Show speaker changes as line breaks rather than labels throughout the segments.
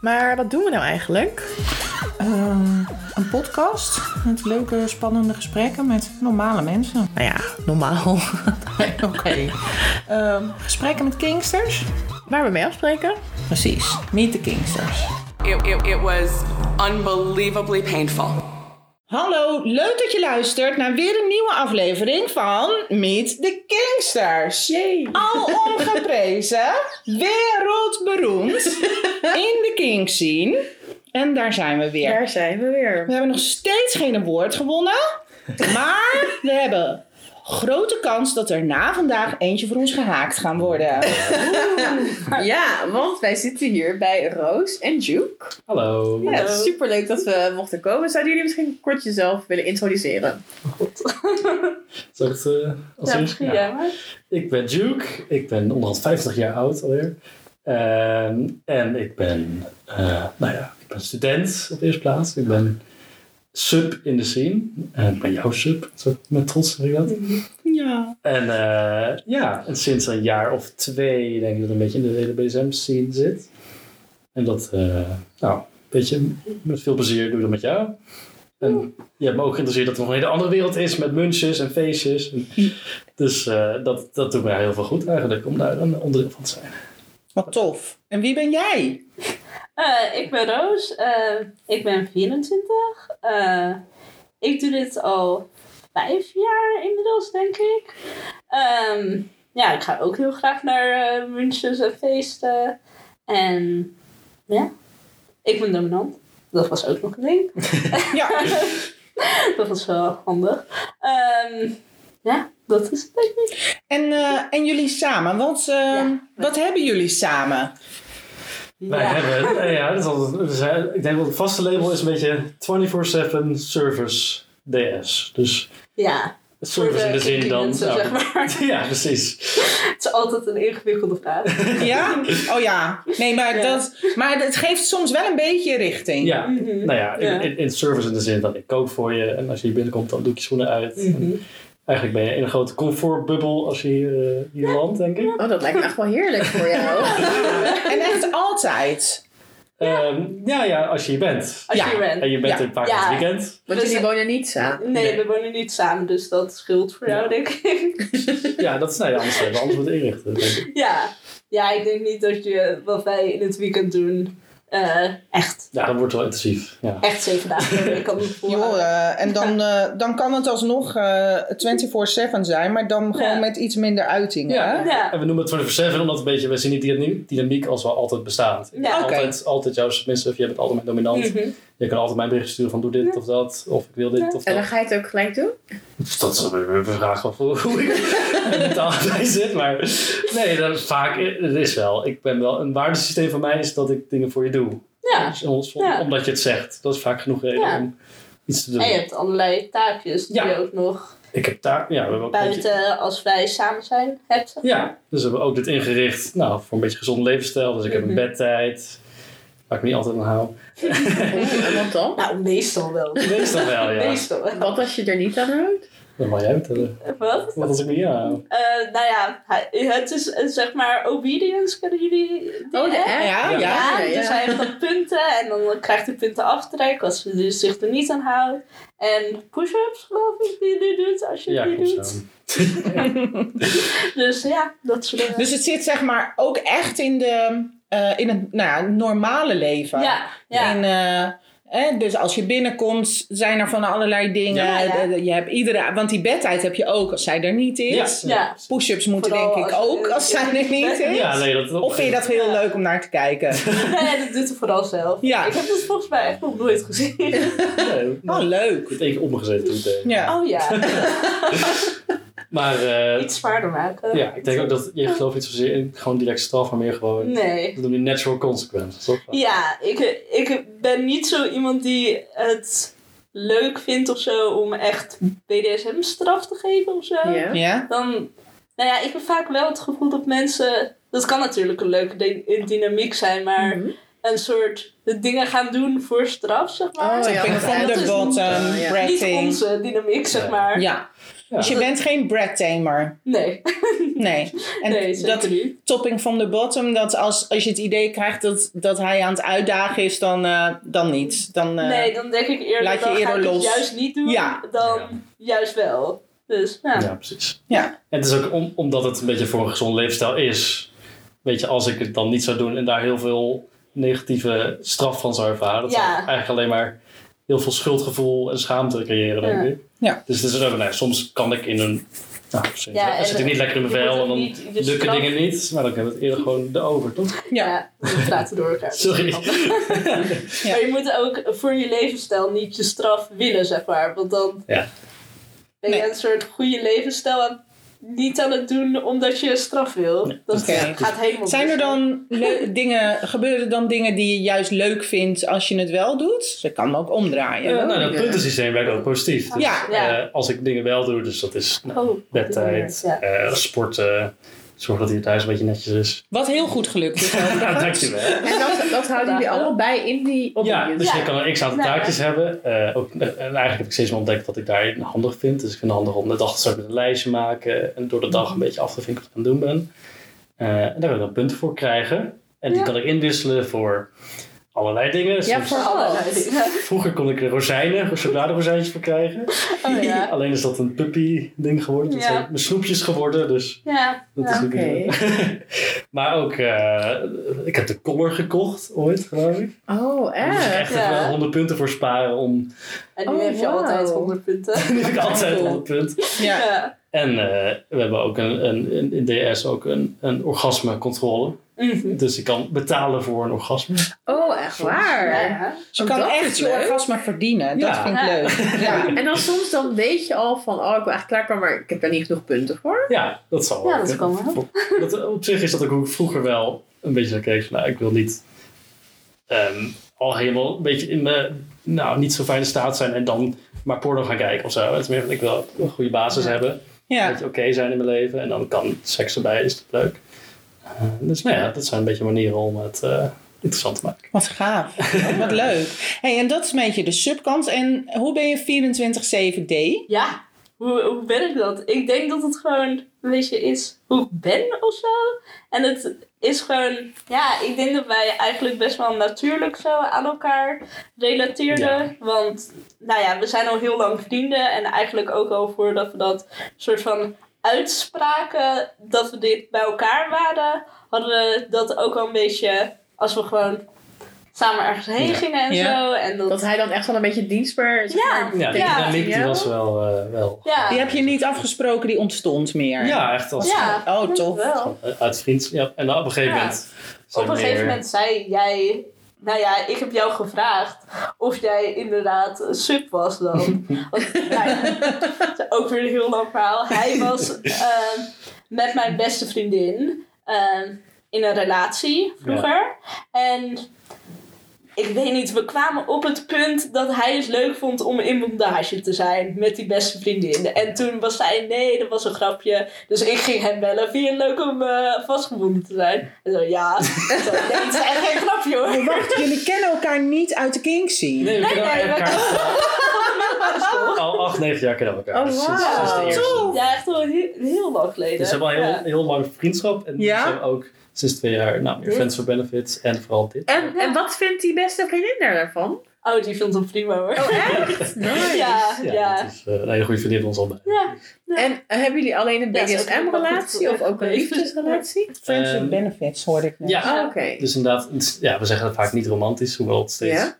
Maar wat doen we nou eigenlijk?
Ehm, een podcast met leuke, spannende gesprekken met normale mensen.
Nou ja, normaal.
Oké. Ehm, gesprekken met kingsters?
Waar we mee afspreken?
Precies. Meet the kingsters.
It, it, it was unbelievably painful.
Hallo, leuk dat je luistert naar weer een nieuwe aflevering van Meet the Kingsters. Al ongeprezen, wereldberoemd in de king scene. En daar zijn we weer.
Daar zijn we
We
weer.
hebben nog steeds geen award gewonnen, maar we hebben grote kans dat er na vandaag eentje voor ons gehaakt gaan worden.
Ja, want wij zitten hier bij Roos en Juke.
Hallo.
Ja, superleuk dat we mochten komen. Zouden jullie misschien kort jezelf willen introduceren?
Zal ik het eh, als eerste? Ja. Ik ben Duke. Ik ben onderhand 50 jaar oud alweer. Ehm, en ik ben, eh, nou ja, ik ben student op de eerste plaats. Ik ben sub in de scene. En ik ben jouw sub. Zo Met trots zeg ik dat.
Ja.
En eh, ja, en sinds een jaar of twee denk ik dat ik een beetje in de hele BSM scene zit. En dat, eh, nou, weet je, met veel plezier doe ik dat met jou. En je hebt me ook geïnteresseerd dat er nog een hele andere wereld is met lunches en feestjes. En dus eh, dat, dat doet mij heel veel goed eigenlijk, om daar een onderdeel van te zijn.
Wat tof. En wie ben jij?
Eh, ik ben Roos, eh, ik ben 24. Eh, ik doe dit al vijf jaar inmiddels, denk ik. Ehm, ja, ik ga ook heel graag naar eh lunches en feesten. En ja, ik ben dominant. Dat was ook nog een ding.
Ja.
Dat was wel handig. Ehm, ja, dat is het denk ik.
En, eh, en jullie samen, want eh,
Ja.
wat hebben jullie samen?
Wij
Ja.
hebben, eh, ja, dat is altijd, we zijn- ik denk dat het vaste label is een beetje 24-7 service DS. Dus
Ja, voor
service in de zin
kinky
dan...
mensen,
nou,
zeg maar.
Ja, precies.
Het is altijd een ingewikkelde vraag.
Ja? Oh ja. Nee, maar,
Ja.
Dat, maar het geeft soms wel een beetje richting.
Ja,
Mhm.
nou ja, in-
Ja.
In, in service in de zin dat ik kook voor je en als je hier binnenkomt dan doe ik je schoenen uit.
Mhm.
En Eigenlijk ben je in een grote comfortbubbel als je hier, eh, hier landt, denk ik.
Oh, dat lijkt me echt wel heerlijk voor jou.
En echt altijd.
Ehm, ja, ja, als je hier bent.
Als
Ja.
je bent.
En je bent
Ja.
er vaak
Ja.
het weekend.
Want jullie wonen niet samen.
Nee,
Nee.
we wonen niet samen, dus dat scheelt voor jou, denk ik.
Ja, dat is nou ja, anders hebben we anders moeten inrichten. Denk ik.
ja. ja, ik denk niet dat je wat wij in het weekend doen eh, echt,
Ja, dat wordt wel intensief. Ja.
echt zeven dagen per week kan niet
Joh,
volhouden.
eh, en dan, eh, dan kan het alsnog eh 24-7 zijn, maar dan gewoon
Ja.
met iets minder uitingen. hè?
Ja.
eh, Ja.
en we noemen het 24-7 omdat een beetje, we zien die dynamiek als wel altijd bestaat. Ik ben
Ja.
Oké.
Altijd, altijd jouw submissive, jij bent altijd mijn dominant.
Mhm.
Je kan altijd mijn bericht sturen van doe dit of dat, of ik wil dit
Ja.
of
En
dat.
dan ga je het ook gelijk doen?
Dus dat is weer een vraag of hoe ik er mentaal bij zit. Maar nee, dat is vaak het is wel. Ik ben wel een waardesysteem van mij is dat ik dingen voor je doe.
ja.
Dus om- om-
Ja.
Omdat je het zegt. Dat is vaak genoeg reden
Ja.
om iets te doen.
En je hebt allerlei taakjes die
Ja.
je ook nog
Ik heb daar, ja, we hebben ook een beetje-
buiten als wij samen zijn hebt. zeg maar.
Ja, dus we hebben ook dit ingericht nou, voor een beetje gezonde levensstijl. Dus ik heb een
Mhm.
bedtijd. Waar ik niet altijd aan hou.
En wat dan?
Nou, meestal wel.
Meestal wel, ja.
Meestal wel.
Wat als je er niet aan houdt?
Dan mag jij vertellen.
Wat?
Wat als ik me hier aan hou?
Eh, nou ja, hij- het is eh, zeg maar obedience, kennen jullie die
Oh, de
app?
app.
Ja, ja.
Ja,
Ja, ja.
dus hij heeft dan punten en dan krijgt hij punten aftrek als hij dus zich er niet aan houdt. En push-ups geloof ik die hij doet als je
Ja,
die
klopt
doet.
zo.
Dus ja, dat soort dingen.
Dus het zit zeg maar ook echt in, de, eh, in het nou ja, normale leven.
ja, ja.
In, eh, hè, dus als je binnenkomt, zijn er van allerlei dingen.
Ja, ja.
Eh, Je hebt iedere, want die bedtijd heb je ook als zij er niet is.
Ja.
ja.
Push-ups moeten
Vooral
denk ik
als je-
ook als zij er niet is.
Ja, nee, dat,
Of vind je dat heel
Ja. Oh.
leuk om naar te kijken?
Nee, dat doet hij vooral zelf.
Ja.
Ik heb het volgens mij echt nog nooit gezien.
Nee,
Oh,
nou, ik
leuk.
heb het één keer omgezet toen. ik deed.
Ja.
Oh ja,
Maar eh,
iets zwaarder maken.
ja, ik denk ook dat je gelooft niet zozeer in gewoon direct straf, maar meer gewoon.
Nee.
Dat doen die natural consequences, toch?
Ja, ik, ik ben niet zo iemand die het leuk vindt of zo om echt BDSM-straf te geven of zo.
Ja.
Ja?
dan. Nou ja, ik heb vaak wel het gevoel dat mensen. Dat kan natuurlijk een leuke dy- dynamiek zijn, maar
Mhm.
een soort dingen gaan doen voor straf, zeg maar.
Oh, ja.
Pink
Dat
van
is
de
niet-
bottom,
Ja.
Niet
bretting.
onze dynamiek, zeg
Nee.
maar.
Ja.
Ja.
Dus je bent geen bread tamer.
Nee.
Nee. En
nee,
dat
zeker niet.
topping van de bottom, dat als, als je het idee krijgt dat, dat hij aan het uitdagen is, dan, eh, dan niet. Dan, eh,
Nee, dan denk ik eerder
Laat je
dan ga
eerder
ik het
los.
juist niet doen
Ja.
dan
Ja.
juist wel. Dus nou,
Ja, precies.
Ja.
En het is ook om- omdat het een beetje voor een gezond leefstijl is. Weet je, als ik het dan niet zou doen en daar heel veel negatieve straf van zou ervaren, dat
Ja.
zou eigenlijk alleen maar heel veel schuldgevoel en schaamte creëren, denk
Ja.
ik.
Ja.
Dus het is ook, nou, soms kan ik in een. Nou, zit,
Ja, en
zit ik niet lekker in mijn
je
vel
wordt
en dan
ook niet- je
lukken
straf-
dingen niet, maar dan hebben we het eerder gewoon de over, toch?
Ja.
ja, we praten door elkaar.
Sorry.
Maar je moet ook voor je levensstijl niet je straf willen, zeg maar. Want dan
Ja.
ben je
Nee.
een soort goede levensstijl aan- niet aan het doen omdat je straf wil. Dat
Oké.
gaat helemaal
Zijn er
mis.
dan le- dingen, gebeuren er dan dingen die je juist leuk vindt als je het wel doet? Dat kan me ook omdraaien.
Ja, nou, dat
Ja.
puntensysteem werkt ook positief. Dus,
Ja.
Ja.
eh, als ik dingen wel doe, dus dat is nou,
Oh, op die
bedtijd,
manier, ja.
eh, sporten, zorg dat hij thuis een beetje netjes is.
Wat heel goed gelukt is.
Nou, dankjewel.
En dat, dat houden jullie allebei in die
Ja,
opnieuw.
dus
Ja.
ik kan een x aantal
Nou,
taakjes hebben. Eh, ook, en eigenlijk heb ik steeds meer ontdekt wat ik daarin handig vind. Dus ik vind het handig om de dag zo met een lijstje maken. En door de
Mhm.
dag een beetje af te vinken wat ik aan het doen ben. Eh, en daar wil ik dan punten voor krijgen. En die
Ja.
kan ik inwisselen voor allerlei dingen. Soms-
voor-
Allerlei dingen.
Vroeger kon ik er rozijnen, chocoladerozijntjes voor krijgen.
Oh ja.
Alleen is dat een puppy ding geworden. Dat
Ja.
zijn mijn snoepjes geworden. Dus
Ja,
dat is
ja.
natuurlijk maar ook, eh, ik heb de collar gekocht ooit, geloof ik.
Oh,
Daar moest ik dus echt
echt?
even
Ja.
100 punten voor sparen om
En nu
Oh,
heb je
wauw.
altijd 100 punten.
nu heb ik altijd
Cool.
100 punten.
Ja.
Ja.
En eh, we hebben ook een, een, een- in DS ook een, een orgasmecontrole.
Mhm.
Dus ik kan betalen voor een orgasme.
Oh, echt waar?
Ja.
Dus je
Ook
kan
dat
echt
is
je
leuk.
orgasme verdienen. Dat
Ja.
vind ik
Ja.
leuk. Ja.
En dan soms dan weet je al van, oh, ik wil echt klaarkomen, maar ik heb daar niet genoeg punten voor.
Ja, dat zal
Ja, dat kan wel.
Dat, op zich is dat ook hoe ik vroeger wel een beetje naar keek. van, Nou, ik wil niet ehm, al helemaal een beetje in mijn nou, niet zo fijne staat zijn en dan maar porno gaan kijken of zo. Het is meer van, ik wil een goede basis hebben. Een
Ja.
beetje oké zijn in mijn leven. En dan kan seks erbij, is dat leuk. Eh, dus nou ja, dat zijn een beetje manieren om het eh, interessant te maken.
Wat gaaf. Wat leuk. Hey, en dat is een beetje de subkant. En hoe ben je 24-7D?
Ja, hoe, hoe ben ik dat? Ik denk dat het gewoon een beetje is hoe ik ben of zo. En het is gewoon, ja, ik denk dat wij eigenlijk best wel natuurlijk zo aan elkaar relateerden. Want, nou ja, we zijn al heel lang vrienden. En eigenlijk ook al voordat we dat soort van uitspraken, dat we dit bij elkaar waren, hadden we dat ook al een beetje als we gewoon samen ergens heen
Ja.
gingen en
Ja.
zo. En dat,
Dat hij dan echt wel een beetje dienstbaar is.
Ja.
Ja, die
Ja.
dynamiek die was wel... eh, wel
ja,
Die heb je niet afgesproken, die ontstond meer.
ja, echt als
ja,
Oh,
dat
tof.
wel.
eh, uit vriends. Ja, en dan op een gegeven
Ja.
moment...
Op een
zijn we
gegeven
meer-
moment zei jij. Nou ja, ik heb jou gevraagd of jij inderdaad een sub was dan. Want, nou ja, het is ook weer een heel lang verhaal. Hij was ehm, met mijn beste vriendin ehm, in een relatie vroeger. En ik weet niet, we kwamen op het punt dat hij het leuk vond om in montage te zijn met die beste vriendin. En toen was zij, nee, dat was een grapje. Dus ik ging hem bellen, vind je het leuk om eh vastgebonden te zijn? En zo, ja. Ik zo, nee, het is echt geen grapje hoor.
Maar Wacht, jullie kennen elkaar niet uit de Kinksy.
Nee, we kennen
nee, we
elkaar al- al acht, negen jaar kennen we elkaar. Dus
Oh,
Sinds-
wauw.
sinds de eerste.
Ja, echt al heel, heel lang geleden.
Dus we hebben al heel,
Ja.
heel lang vriendschap. En
Ja?
we zijn ook sinds twee jaar nou, meer Friends for Benefits. En vooral dit.
En, en wat vindt die beste vriendin daarvan?
Oh, die vond hem prima hoor.
Oh, echt? Nice.
Ja, ja.
dat is eh, een hele goede vriendin van ons allebei.
Ja.
En eh, hebben jullie alleen een
Ja, ze is ook wel
BDSM-relatie
goed.
of ook een liefdesrelatie?
Friends with
Ehm,
benefits hoorde ik net.
Ja,
Oh, Oké.
Dus inderdaad, het is- ja, we zeggen dat vaak niet romantisch, hoewel het steeds.
Ja.
Ik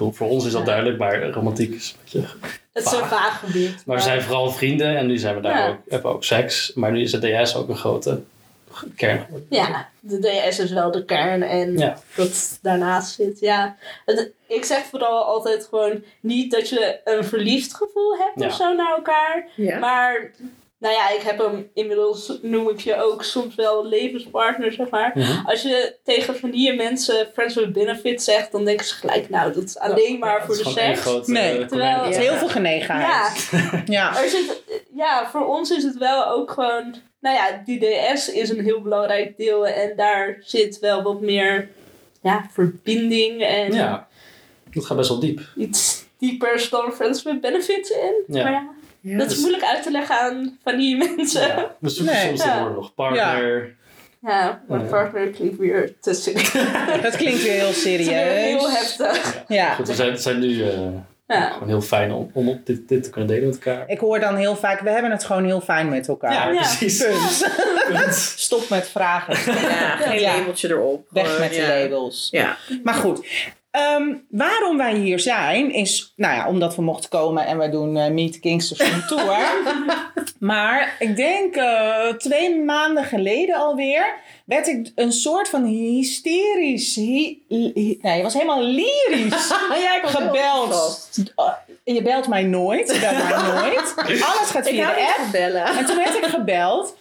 bedoel, Voor ons is dat duidelijk, maar romantiek is een beetje.
Het is een vaag gebied.
Maar we zijn vooral vrienden en nu zijn we daar
Ja.
ook, hebben we ook seks. Maar nu is het DS ook een grote kern geworden.
Ja, de DS is wel de kern en
Ja.
dat daarnaast zit. Ja. Het- ik zeg vooral altijd gewoon niet dat je een verliefd gevoel hebt
Ja.
of zo naar elkaar.
Ja.
Maar nou ja, ik heb hem inmiddels, noem ik je ook soms wel levenspartner, zeg maar.
Mhm.
Als je tegen van die mensen Friends with Benefit zegt, dan denken ze gelijk, nou, dat is alleen maar
Ja,
voor
het
de
is gewoon één
seks.
grote,
Nee,
eh, konijn.
terwijl-
Het is
Ja.
heel veel
Ja,
genegenheid. Ja.
er zit, ja, voor ons is het wel ook gewoon. Nou ja, die DS is een heel belangrijk deel. En daar zit wel wat meer ja, verbinding en
Ja, dat gaat best wel diep.
iets diepers dan Friends with Benefits in.
Ja.
Maar ja, dus- Dat is moeilijk uit te leggen aan van die mensen. Ja,
Ja, we zoeken
Nee.
soms de
Ja.
woorden nog. Partner.
mijn
Ja.
partner klinkt weer te serieus.
Dat klinkt weer heel
Het is weer heel
serieus.
heftig.
Dus
Ja.
Goed, we zijn, we zijn nu eh,
Ja.
gewoon heel fijn om, om op dit, dit te kunnen delen met elkaar.
Ik hoor dan heel vaak, we hebben het gewoon heel fijn met elkaar.
Ja.
precies. Punt.
Stop met vragen.
Ja, geen
Ja.
labeltje erop.
Weg
Gewoon,
met de
ja.
labels.
Ja.
Maar goed, ehm, waarom wij hier zijn is, nou ja, omdat we mochten komen en wij doen eh, Meet Kingston van Tour. maar ik denk eh, twee maanden geleden alweer werd ik een soort van hysterisch, hy- hy- nee, je was helemaal lyrisch
ja,
gebeld. Eh, Je belt mij nooit, je belt mij nooit. Alles gaat
Ik
via
hou
de
niet
app.
van bellen.
En toen werd ik gebeld.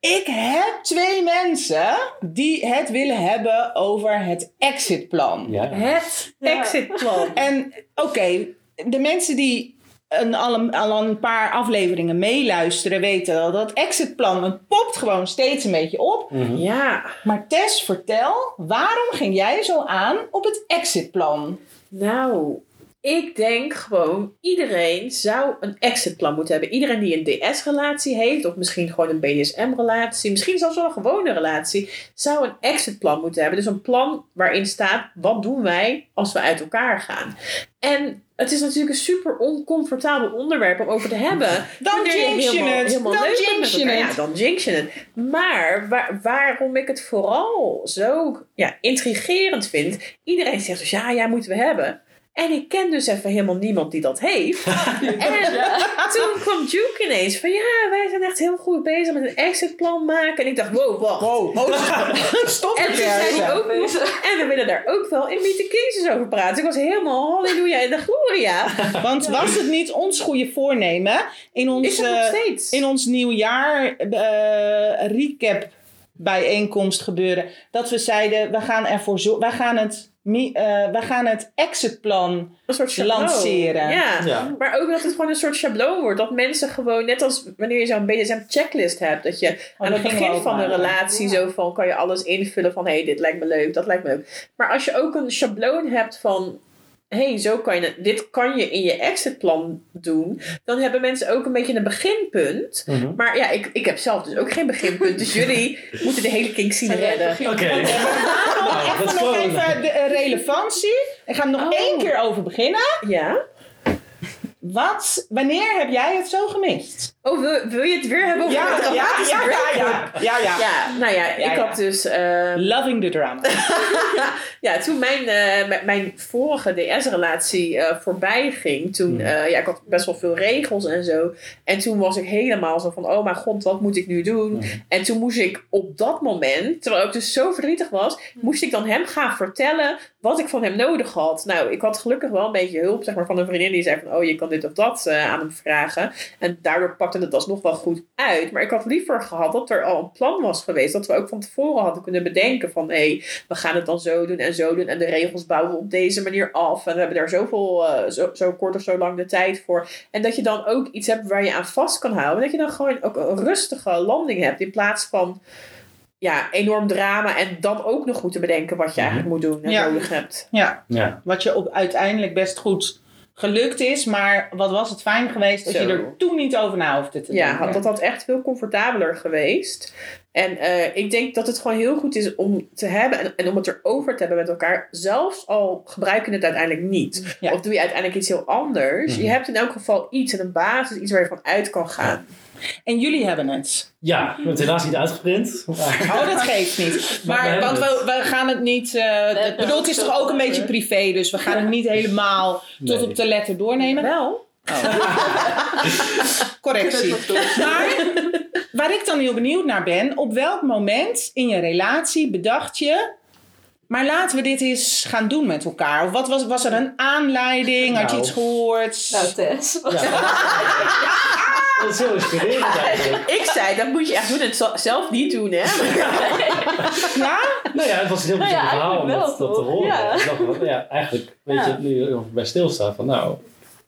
Ik heb twee mensen die het willen hebben over het exitplan.
Ja.
Het
Ja.
exitplan.
En oké, de mensen die een, al, een, al een paar afleveringen meeluisteren weten al dat exitplan het popt gewoon steeds een beetje op.
Ja,
Maar Tess, vertel, waarom ging jij zo aan op het exitplan?
nou, ik denk gewoon iedereen zou een exitplan moeten hebben. Iedereen die een DS-relatie heeft, of misschien gewoon een BDSM-relatie, misschien zelfs wel een gewone relatie, zou een exitplan moeten hebben. Dus een plan waarin staat, wat doen wij als we uit elkaar gaan? En het is natuurlijk een super oncomfortabel onderwerp om over te hebben.
Dan
Wanneer
jinx je
helemaal-
het.
helemaal
Dan
leuk bent
jinx
met
je
elkaar.
het.
Ja, dan jinx je het. Maar waar- waarom ik het vooral zo ja, intrigerend vind. Iedereen zegt dus ja, ja, moeten we hebben. En ik ken dus even helemaal niemand die dat heeft. en toen kwam Duke ineens van ja, wij zijn echt heel goed bezig met een exitplan maken. En ik dacht, wow, wacht.
Wow, stop
En
het
toen zei hij
ergens.
ook nog, en we willen daar ook wel in Meet the Kings over praten. Ik was helemaal halleluja en de gloria.
Want was het niet ons goede voornemen in ons...
Is dat nog
eh,
steeds?
in ons nieuwjaar eh recap bijeenkomst gebeuren. Dat we zeiden, we gaan ervoor zo wij gaan het, mi- eh, wij gaan het exitplan.
een soort schabloon.
Lanceren.
Ja.
Ja.
Maar ook dat het gewoon een soort schabloon wordt. Dat mensen gewoon, net als wanneer je zo'n BDSM-checklist hebt, dat je aan
daar
het
Oh, gingen we
begin
ook
van de
aan, ja.
relatie zo van kan je alles invullen van hé, hey, dit lijkt me leuk, dat lijkt me leuk. Maar als je ook een schabloon hebt van hé, hey, zo kan je, dit kan je in je exitplan doen, dan hebben mensen ook een beetje een beginpunt.
Mhm.
Maar ja, ik, ik heb zelf dus ook geen beginpunt. Dus jullie moeten de hele kink zien redden.
Oké.
Oh,
Nou, let's
Nog
go.
even de eh, relevantie. Ik ga er nog
Oh.
één keer over beginnen.
Ja?
Wat, wanneer heb jij het zo gemist?
Oh, wil, wil je het weer hebben over
Ja,
het
ja, ja,
dramatische
ja, ja,
break-up?
ja, ja,
Ja, nou ja, ik
Ja, ja.
had dus... ehm,
Loving the drama.
ja, toen mijn, eh, mijn- mijn vorige DS-relatie eh, voorbij ging, toen, eh, ja, ik had best wel veel regels en zo. En toen was ik helemaal zo van, oh mijn god, wat moet ik nu doen? En toen moest ik op dat moment, terwijl ik dus zo verdrietig was, moest ik dan hem gaan vertellen wat ik van hem nodig had. Nou, ik had gelukkig wel een beetje hulp, zeg maar, van een vriendin die zei van, oh, je kan dit of dat eh, aan hem vragen. En daardoor pakte het alsnog wel goed uit. Maar ik had liever gehad dat er al een plan was geweest, dat we ook van tevoren hadden kunnen bedenken van, hé, we gaan het dan zo doen en zo doen. En de regels bouwen we op deze manier af. En we hebben daar zoveel, eh, zo, zo kort of zo lang de tijd voor. En dat je dan ook iets hebt waar je aan vast kan houden. En dat je dan gewoon ook een rustige landing hebt. In plaats van ja, enorm drama. En dan ook nog moeten bedenken wat je eigenlijk moet doen en
Ja.
nodig hebt.
Ja,
Ja.
wat je op, uiteindelijk best goed gelukt is. Maar wat was het fijn geweest dat je
Zo.
er toen niet over na hoefde te
Ja,
denken.
had- dat had echt veel comfortabeler geweest. En eh, ik denk dat het gewoon heel goed is om te hebben en, en om het erover te hebben met elkaar. Zelfs al gebruiken we het uiteindelijk niet.
Ja.
Of doe je uiteindelijk iets heel anders. Je hebt in elk geval iets en een basis, iets waar je van uit kan gaan.
En jullie hebben het.
ja, we hebben het helaas niet uitgeprint.
Ah,
Maar
Oh, dat geeft niet.
Maar we
Maar,
hebben
want we, we gaan het niet. eh,
hebben
ik bedoel, het is
het
toch ook een
over.
beetje privé, dus we gaan het niet helemaal tot
Nee. Oh.
op de letter doornemen.
Wel?
Correctie. Maar waar ik dan heel benieuwd naar ben, op welk moment in je relatie bedacht je. Maar laten we dit eens gaan doen met elkaar. Of wat was, was er een aanleiding? Had je
Nou.
iets gehoord?
Nou, Tess.
dat is heel inspirerend eigenlijk.
Ik zei, dat moet je echt doen en het zal- zelf niet doen, hè?
Ja?
Nou ja, het was een heel
Nou ja,
bijzonder verhaal om dat,
eigenlijk wel,
dat te
toch?
horen.
Ja.
Ik dacht, nou ja, eigenlijk, weet
Ja.
je, nu je erover bij stilstaat, van nou,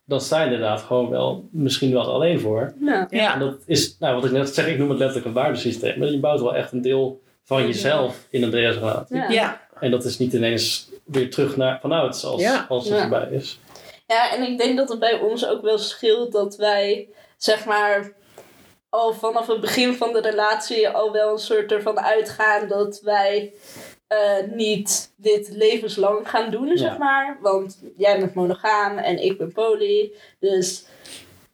dan sta je inderdaad gewoon wel, misschien wel alleen voor.
Ja.
En
Ja.
dat is, nou wat ik net zeg, ik noem het letterlijk een waardesysteem. Maar je bouwt wel echt een deel van jezelf in een DS-relatie.
Ja.
Ja.
En dat is niet ineens weer terug naar vanuit als,
Ja.
als het
Ja.
erbij is.
Ja, en ik denk dat het bij ons ook wel scheelt dat wij, zeg maar, al vanaf het begin van de relatie al wel een soort ervan uitgaan dat wij eh, niet dit levenslang gaan doen, zeg maar. Want jij bent monogaam en ik ben poly. Dus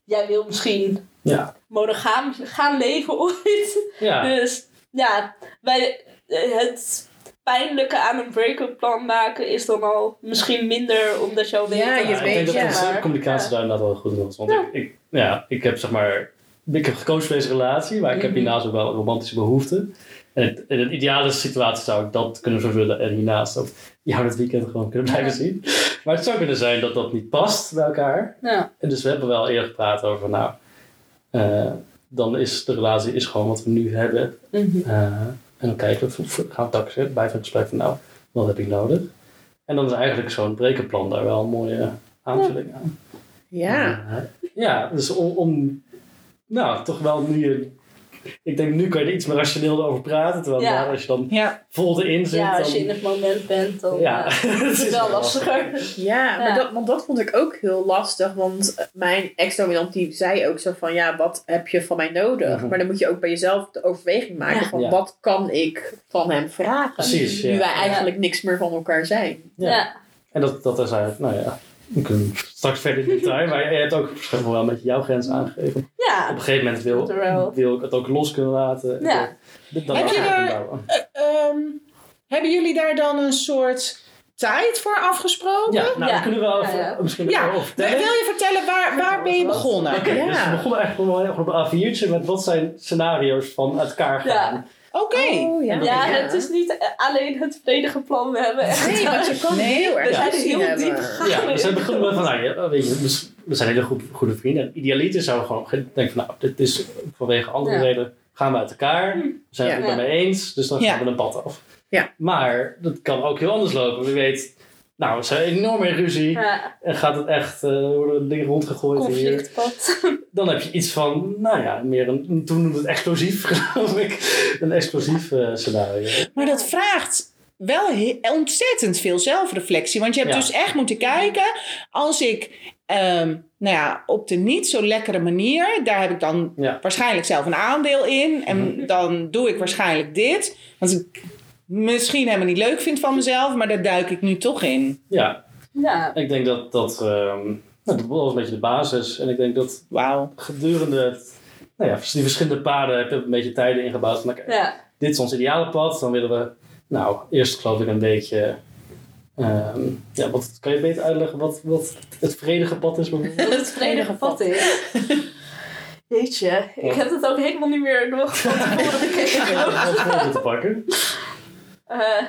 jij wil misschien
Ja.
monogaam gaan leven ooit.
Ja.
Dus ja, wij, eh, het pijnlijke aan een break-up plan maken is dan al misschien minder omdat je al weet...
Ja, je
dat
Ja,
het
ik denk
weet,
dat
ja.
onze
maar-
communicatie daar inderdaad wel goed in was. Want ik, ik, ja, ik heb zeg maar... Ik heb gekozen voor deze relatie, maar ik
Mhm.
heb hiernaast ook wel romantische behoeften. En het, in een ideale situatie zou ik dat kunnen vervullen. En hiernaast ook jou het weekend gewoon kunnen blijven zien. Maar het zou kunnen zijn dat dat niet past bij elkaar.
Ja.
En dus we hebben wel eerder gepraat over, nou... eh, dan is de relatie is gewoon wat we nu hebben.
Mhm.
Eh, en dan kijken we, v- gaan we dat zitten, blijven in gesprek van nou, wat heb ik nodig? En dan is eigenlijk zo'n brekenplan daar wel een mooie aanvulling aan.
Ja.
Eh, ja, dus om, om, nou, toch wel nu, je- ik denk nu kan je er iets meer rationeel over praten, terwijl
Ja.
daar, als je dan
Ja.
vol erin zit,
Ja,
dan...
als je in het moment bent, dan
ja,
eh,
het
is het wel lastiger.
Ja, maar
Ja.
Dat, want dat vond ik ook heel lastig. Want eh, mijn ex-dominant die zei ook zo van... Ja, wat heb je van mij nodig?
Mhm.
Maar dan moet je ook bij jezelf de overweging maken van...
Ja.
Wat kan ik van hem vragen?
Precies,
Nu wij
ja.
eigenlijk niks meer van elkaar zijn.
Ja.
Ja.
En dat, dat is eigenlijk, nou ja, we kunnen straks verder in detail, maar je hebt ook waarschijnlijk wel een beetje jouw grens aangegeven. Op
Ja.
een gegeven moment wil,
Terwijl-
wil ik het ook los kunnen laten. en
Ja.
dat- dat
Heb je
laat ik
er-
bouwen.
Ehm, hebben jullie daar dan een soort tijd voor afgesproken?
Ja, nou,
Ja.
we kunnen wel
Ja,
even,
ja.
misschien
Ja.
wel over
Wil
vertellen.
je vertellen waar, waar ben je begonnen?
Oké,
Ja.
dus we begonnen eigenlijk gewoon heel erg op een A4'tje met wat zijn scenario's van uit elkaar
Ja.
gaan.
Oké.
Oh, ja.
Ja, het is niet eh, alleen het volledige plan. We hebben echt...
Nee, want je kan heel erg
we zijn
zin
heel
hebben.
diep gegaan.
Ja, we zijn
in.
begonnen met van, nou, ja, weet je, dus we zijn hele goede, goede vrienden. En idealiter zouden we gewoon ge- denken van, nou, dit is vanwege andere
Ja.
redenen gaan we uit elkaar. We zijn het
Ja.
niet meer mee eens, dus dan
Ja.
gaan we een pad af.
Ja.
Maar dat kan ook heel anders lopen. Wie weet, nou, we zijn enorm in ruzie.
Ja,
En gaat het echt, eh worden dingen rondgegooid hier.
conflictpad.
dan heb je iets van, nou ja, meer een, toen noemde het explosief, geloof ik. Een explosief eh, scenario.
Maar dat vraagt wel he- ontzettend veel zelfreflectie. Want je hebt
Ja.
dus echt moeten kijken. Als ik, ehm, nou ja, op de niet zo lekkere manier. Daar heb ik dan
Ja.
waarschijnlijk zelf een aandeel in. En dan doe ik waarschijnlijk dit. Wat ik misschien helemaal niet leuk vind van mezelf. Maar daar duik ik nu toch in.
Ja,
Ja.
ik denk dat dat, ehm, nou, dat was een beetje de basis. En ik denk dat
Wauw.
gedurende het, nou ja, die verschillende paden heb je een beetje tijden ingebouwd. Van, oké,
Ja.
Dit is ons ideale pad. Dan willen we, nou, eerst geloof ik een beetje... ehm, ja, wat, kan je beter uitleggen wat, wat het vredige pad is? bijvoorbeeld?
Het volledige pad is. Jeetje, ik heb het ook helemaal niet meer nog van tevoren bekeken.
Om het voorbeeld te pakken.
Eh,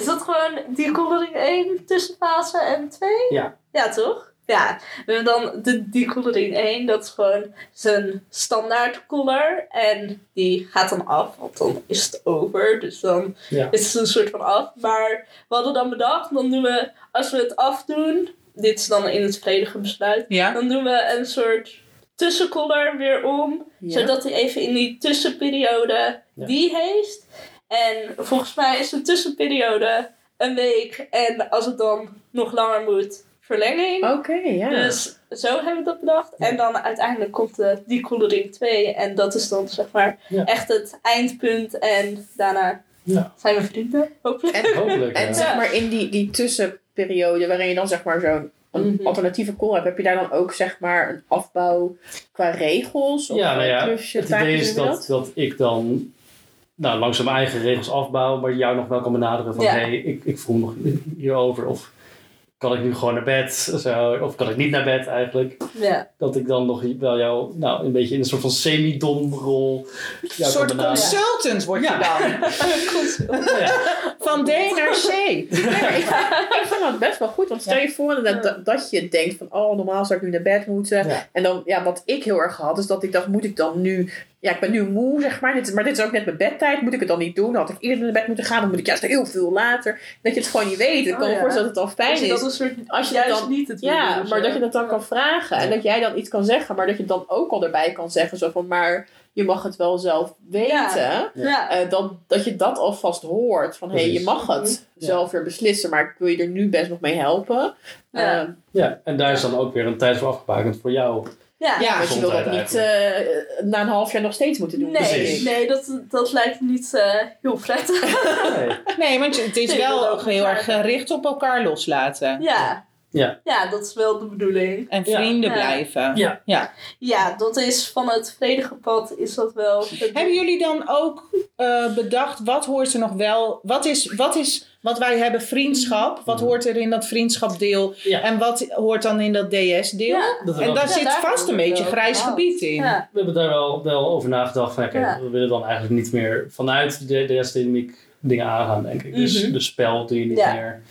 is dat gewoon die coloring 1 tussenfase en 2?
Ja.
Ja, toch? Ja. We hebben dan de decoloring 1, dat is gewoon zijn standaard color. En die gaat dan af, want dan is het over. Dus dan
Ja.
is het een soort van af. Maar we hadden dan bedacht, dan doen we, als we het afdoen, dit is dan in het volledige besluit,
Ja.
dan doen we een soort tussencolor weer om.
Ja.
Zodat hij even in die tussenperiode
Ja.
die heeft. En volgens mij is de tussenperiode een week. En als het dan nog langer moet, verlenging.
Oké, Oh, ja.
Dus zo hebben we dat bedacht. En dan uiteindelijk komt de decoloring 2. En dat is dan zeg maar
Ja.
echt het eindpunt. En daarna
Ja.
zijn we vrienden, hopelijk.
En-
Hopelijk,
En
ja.
zeg maar in die, die tussenperiode waarin je dan zeg maar zo'n een
Mhm.
alternatieve call hebt, heb je daar dan ook zeg maar een afbouw qua regels? Of
Ja, nou ja,
plusje,
het idee
taakjes,
is
hoe
dat, dat ik dan nou, langzaam mijn eigen regels afbouw, maar jou nog wel kan benaderen van
Ja.
hé, hey, ik, ik voel me nog hierover. Of kan ik nu gewoon naar bed? Zo, of kan ik niet naar bed eigenlijk?
Ja.
Dat ik dan nog wel jou nou, een beetje in een soort van semi-domrol
Een
jou kan
soort
benaderen.
consultant word je dan.
Ja,
Van D naar C.
Ik vind dat best wel goed, want stel je voor dat, dat, dat je denkt van, oh normaal zou ik nu naar bed moeten.
Ja.
En dan, ja, wat ik heel erg had, is dat ik dacht, moet ik dan nu, ja, ja, ik ben nu moe, zeg maar. Dit, maar dit is ook net mijn bedtijd. Moet ik het dan niet doen? Had ik eerder naar bed moeten gaan? Dan moet ik juist heel veel later. Dat je het gewoon niet weet. Ik
Oh,
kan me
ja.
voorstellen dat het al
Als
fijn
je dat
is.
een soort,
Als je
juist
dat dan-
niet het wil
Ja,
doen dus, eh, of
maar
zo.
dat je dat dan kan vragen. En dat jij dan iets kan zeggen. Maar dat je dan ook al erbij kan zeggen. Zo van, maar je mag het wel zelf weten.
Ja.
Eh, dat, dat je dat alvast hoort. Van, hé, hey,
Precies.
je mag
Mhm.
het zelf weer beslissen. Maar ik wil je er nu best nog mee helpen.
Ja.
Eh,
Ja, en daar is dan ook weer een tijd voor afgebakend voor jou.
Ja.
ja, want je wil dat
Gezondheid
niet eh, na een half jaar nog steeds moeten doen.
Nee,
Precies.
nee dat, dat lijkt niet eh, heel prettig.
Nee.
Nee, want het is
Nee, ik wil
wel
ook
heel erg
vragen.
gericht op elkaar loslaten.
ja.
Ja.
ja, dat is wel de bedoeling.
En
Ja.
vrienden
Ja.
blijven.
Ja.
Ja, dat is van het volledige pad is dat wel. het-
Hebben jullie dan ook eh, bedacht wat hoort er nog wel? Wat is, wat is wat wij hebben vriendschap? Wat hoort er in dat vriendschapdeel?
Ja.
En wat hoort dan in dat DS-deel?
Ja.
Dat we
En
wel-
daar
Ja,
zit
daar
vast
hebben
een
we
beetje
wel
grijs
gehad.
gebied in.
Ja.
We hebben daar wel, wel over nagedacht. Van, oké,
Ja.
We willen dan eigenlijk niet meer vanuit de DS-dynamiek dingen aangaan, denk ik. Dus
Mhm.
de spel doe je niet
Ja.
meer.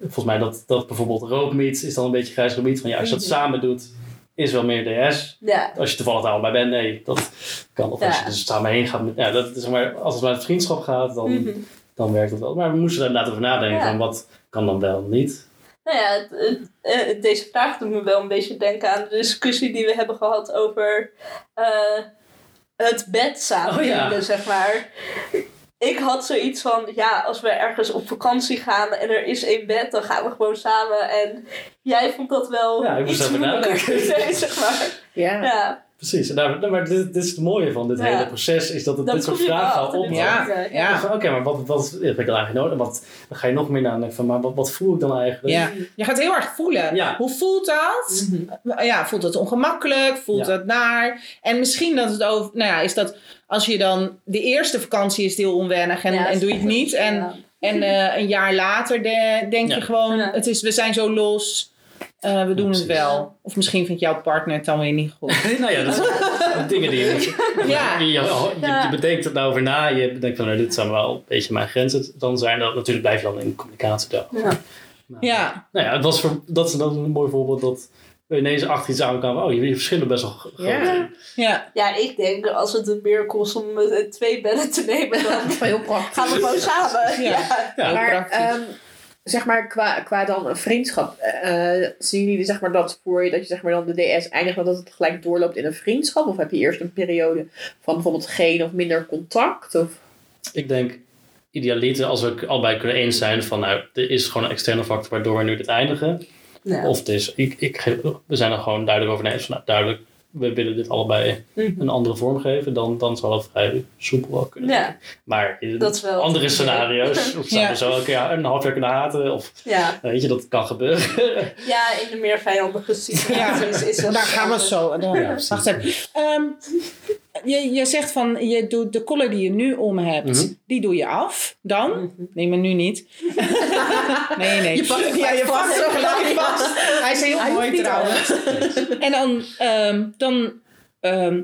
Volgens mij dat, dat bijvoorbeeld rookmeets is dan een beetje grijs gebied. Van ja, als je dat
Mhm.
samen doet, is wel meer DS.
Ja.
Als je toevallig daar allebei bent, nee, dat kan. Of als
Ja.
je dus samen heen gaat. Met, ja, dat, is zeg maar, als het maar het vriendschap gaat, dan,
Mhm.
dan werkt dat wel. Maar we moesten daar inderdaad over nadenken.
Ja.
Van wat kan dan wel niet?
Nou ja, het- het- eh, deze vraag doet me wel een beetje denken aan de discussie die we hebben gehad over eh, het bed samen
Oh ja.
vinden, zeg maar. Ik had zoiets van, ja, als we ergens op vakantie gaan en er is één bed, dan gaan we gewoon samen. En jij vond dat wel
Ja, ik moest
iets
even
moeilijker,
nadenken.
nee, zeg maar.
Ja.
Ja,
Precies. En daar, maar dit, dit is het mooie van dit
Ja.
hele proces. Is dat het
dan
dit
kom
soort
je wel
vragen
achter
al op.
dit
Ja.
soort, eh,
Ja.
Oké, maar wat, wat heb ik dan eigenlijk nodig? En Wat, dan ga je nog meer nadenken van, maar wat, wat voel ik dan eigenlijk?
Ja. Je gaat heel erg voelen.
Ja.
Hoe voelt dat? Ja, voelt dat ongemakkelijk? Voelt
Ja.
dat naar? En misschien dat het over... Nou ja, is dat als je dan... De eerste vakantie is heel onwennig en,
Ja,
en doe je het niet. En,
ja.
en eh, een jaar later de- denk
Ja.
je gewoon...
Ja.
Het is, we zijn zo los. eh, we doen het
Precies.
wel. Of misschien vindt jouw partner het dan weer niet goed.
nou ja, dat zijn dingen die je moet...
Ja.
Je, je,
Ja.
je bedenkt het nou over na. Je bedenkt van, nou, dit zijn wel een beetje mijn grenzen dan zijn. Dat, natuurlijk blijf je dan in communicatie daar.
Ja.
Maar-
Ja,
Nou ja, het was voor, dat, is, dat is een mooi voorbeeld dat we ineens achter iets aankwamen. Oh, jullie verschillen best wel groot.
Ja.
ja.
Ja, ik denk als het een meer kost om eh, twee bedden te nemen, dan
Dat is wel heel praktisch.
gaan we gewoon samen.
Ja.
ja.
Ja.
Heel
Maar
praktisch.
ehm, zeg maar, qua, qua dan een vriendschap, eh, eh, zien jullie zeg maar dat voor je dat je zeg maar dan de DS eindigt, maar dat het gelijk doorloopt in een vriendschap? Of heb je eerst een periode van bijvoorbeeld geen of minder contact? Of,
Ik denk, idealiter, als we het allebei kunnen eens zijn van, nou, er is gewoon een externe factor waardoor we nu dit eindigen.
Ja.
Of het is, ik, ik, geef- we zijn er gewoon duidelijk over eens van, nou, duidelijk, we willen dit allebei
Mhm.
een andere vorm geven, dan, dan zal dat vrij soepel wel kunnen.
Ja,
Maar in
Dat is wel-
andere scenario's, of zouden
Ja.
we zo elke jaar een half jaar kunnen haten, of
ja.
weet je, dat kan gebeuren.
ja, in de meer vijandige situaties is dat.
Daar gaan we zo. daar-
Ja, precies.
wacht even. Ehm, je, je zegt van, je doet de collar die je nu om hebt,
Mhm.
die doe je af. Dan? Nee, maar nu niet. nee, nee. Mhm. Je pakt ja, je pakt zo gelijk vast. Hij is heel mooi trouwens. En dan, ehm, dan ehm,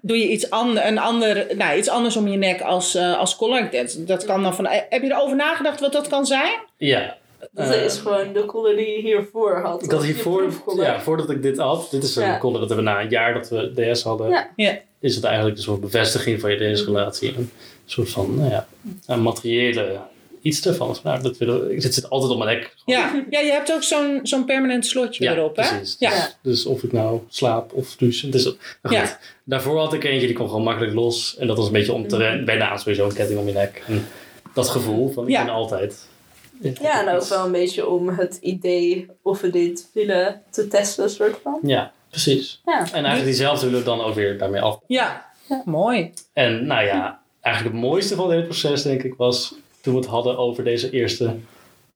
doe je iets, ander, een ander, nou, iets anders om je nek als, eh, als collar. Dat, dat kan dan van, eh, heb je erover nagedacht wat dat kan zijn?
ja,
Dat is gewoon de koele die je hiervoor had.
ik had
Je
hiervoor,
proefkoller.
ja, voordat ik dit had, dit is een
Ja.
kolder dat we na een jaar dat we DS hadden,
Ja. Mhm.
Ja.
is het eigenlijk een soort bevestiging van je DS-relatie. Een soort van, nou ja, een materiële iets daarvan. Nou, dat willen we, dit zit altijd op mijn nek.
Ja, ja je hebt ook zo'n zo'n permanent slotje erop, hè?
precies.
Ja.
Dus, dus of ik nou slaap of douche. Dus, nou goed.
Ja.
Daarvoor had ik eentje, die kon gewoon makkelijk los. En dat was een beetje om te
Mhm.
rennen. Bijna aan sowieso een ketting om je nek. En dat gevoel van, ik
Ja.
ben altijd...
Ja, en ook wel een beetje om het idee of we dit willen te testen, soort van.
Ja, precies.
Ja.
En eigenlijk diezelfde willen we dan ook weer daarmee af.
Ja. mooi.
En nou ja, eigenlijk het mooiste van het hele proces, denk ik, was toen we het hadden over deze eerste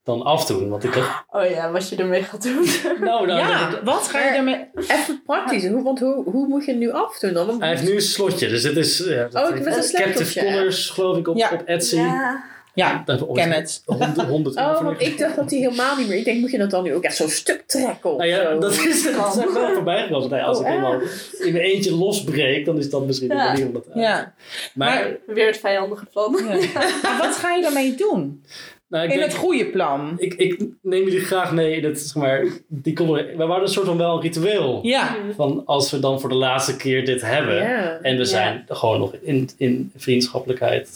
dan afdoen. Want ik had...
Oh ja, wat je ermee gaat doen.
Nou, nou,
ja,
dat-
wat ga je
Maar-
ermee...
even praktisch, hoe, want hoe, hoe moet je het nu afdoen dan? Want-
Hij heeft nu een slotje, dus dit is... ja, dat
Oh, ik
heet
met een
Captive
slotje.
Colors, geloof ik, op,
Ja.
op Etsy.
Ja.
Ja,
Daar hebben we
ken
ooit
het.
100, 100 euro
Oh,
voor
want
neergelegd.
ik dacht dat hij helemaal niet meer. Ik denk, moet je dat dan nu ook echt zo'n stuk trekken? Of
Nou ja,
zo?
dat is, dat is echt wel voorbij gekomen. Nee, als
Oh,
ik helemaal in mijn eentje losbreek, dan is dat misschien
Ja.
een manier om dat uit te-
Ja.
Maar,
Maar-
Weer het vijandige plan.
Maar wat ga je ermee doen?
Nou, ik
In
denk-
het goede plan.
ik, ik neem jullie graag mee in het, zeg maar, die color. We waren een soort van wel een ritueel.
Ja.
Van als we dan voor de laatste keer dit hebben.
Ja.
En we zijn gewoon nog in, in vriendschappelijkheid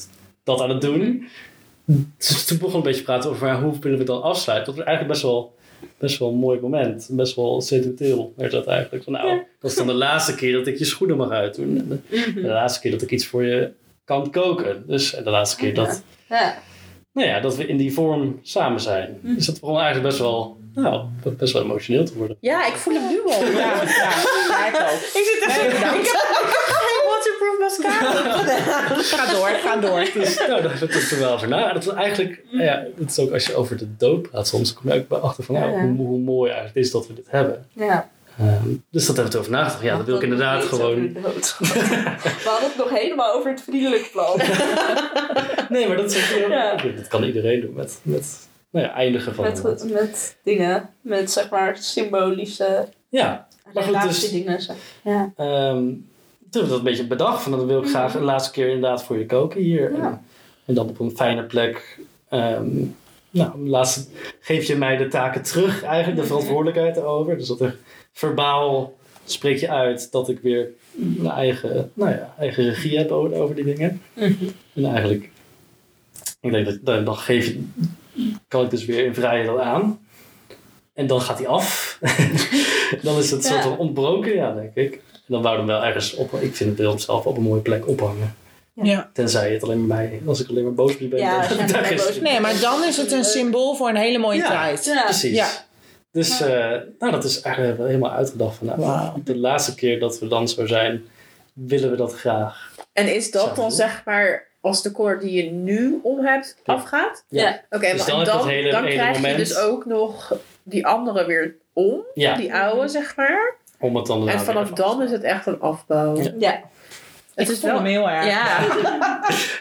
dat aan het doen. Dus toen begon een beetje te praten over maar hoe kunnen we het dan afsluiten. Dat was eigenlijk best wel, best wel een mooi moment. Best wel sentimenteel werd dat eigenlijk. Van, nou, dat is dan de laatste keer dat ik je schoenen mag uitdoen. En de,
Mhm.
de laatste keer dat ik iets voor je kan koken. Dus en de laatste keer dat,
Ja.
nou ja, dat we in die vorm samen zijn.
Mhm.
Dus dat begon eigenlijk best wel, nou, best wel emotioneel te worden.
Ja, ik voel hem nu al.
Ja, ja, ja, ik ook.
Ik zit echt zo... Ik heb, ik heb geen waterproof mascara.
Ga door, ga door.
Dus nou, daar zit ik er wel over na. Dat is eigenlijk,
Mm.
nou ja, dat is ook als je over de dood praat soms, kom je ook bij achter van, nou,
Ja.
hoe, hoe mooi eigenlijk is dat we dit hebben.
ja.
Ehm, dus dat hebben we over nagedacht. Ja, dat wil ik inderdaad
Iets
gewoon.
over de dood. We hadden het nog helemaal over het vriendelijk plan.
Oh, Nee, maar dat, is,
Ja.
dat kan iedereen doen met, met nou ja, eindigen van.
Met, met dingen. Met zeg maar symbolische
Ja, maar goed,
laatste
dus
dingen. Zeg. Ja.
ehm, toen hebben we dat een beetje bedacht. Van, dan wil ik graag de laatste keer inderdaad voor je koken hier.
Mhm. Ja.
En, en dan op een fijne plek. ehm, nou, laatst geef je mij de taken terug eigenlijk, de verantwoordelijkheid erover. Dus dat er verbaal spreek je uit dat ik weer mijn eigen, nou ja, eigen regie heb over, over die dingen. En eigenlijk, ik denk dat dan, dan geef je, kan ik dus weer in vrijheid dat aan. En dan gaat hij af. dan is het soort
Ja.
van ontbroken, ja, denk ik. En dan wouden we hem wel ergens op. Ik vind het beeld zelf op een mooie plek ophangen.
Ja.
Tenzij het alleen maar mij, als ik alleen maar boos op je ben.
Ja,
dan-
als je
dan
alleen
is
maar boos
het-
bent.
Nee, maar dan is het een symbool voor een hele mooie
Ja.
tijd.
Ja.
Precies.
Ja.
Dus eh, nou, dat is eigenlijk wel helemaal uitgedacht van, nou, de laatste keer dat we dan zo zijn, willen we dat graag.
En is dat
Zou
dan
ik
zeg maar als de koor die je nu om hebt
Ja.
afgaat?
Ja.
Ja.
Oké, maar
Dus dan
en
heb je
dan,
dat hele-
dan
hele
krijg
moment.
je dus ook nog die andere weer om.
Ja,
Die oude, zeg maar.
om het dan later
en vanaf
even
dan is het echt een afbouw.
Ja.
Ja.
Het
Ik
is
voel hem
wel...
heel erg.
Ja,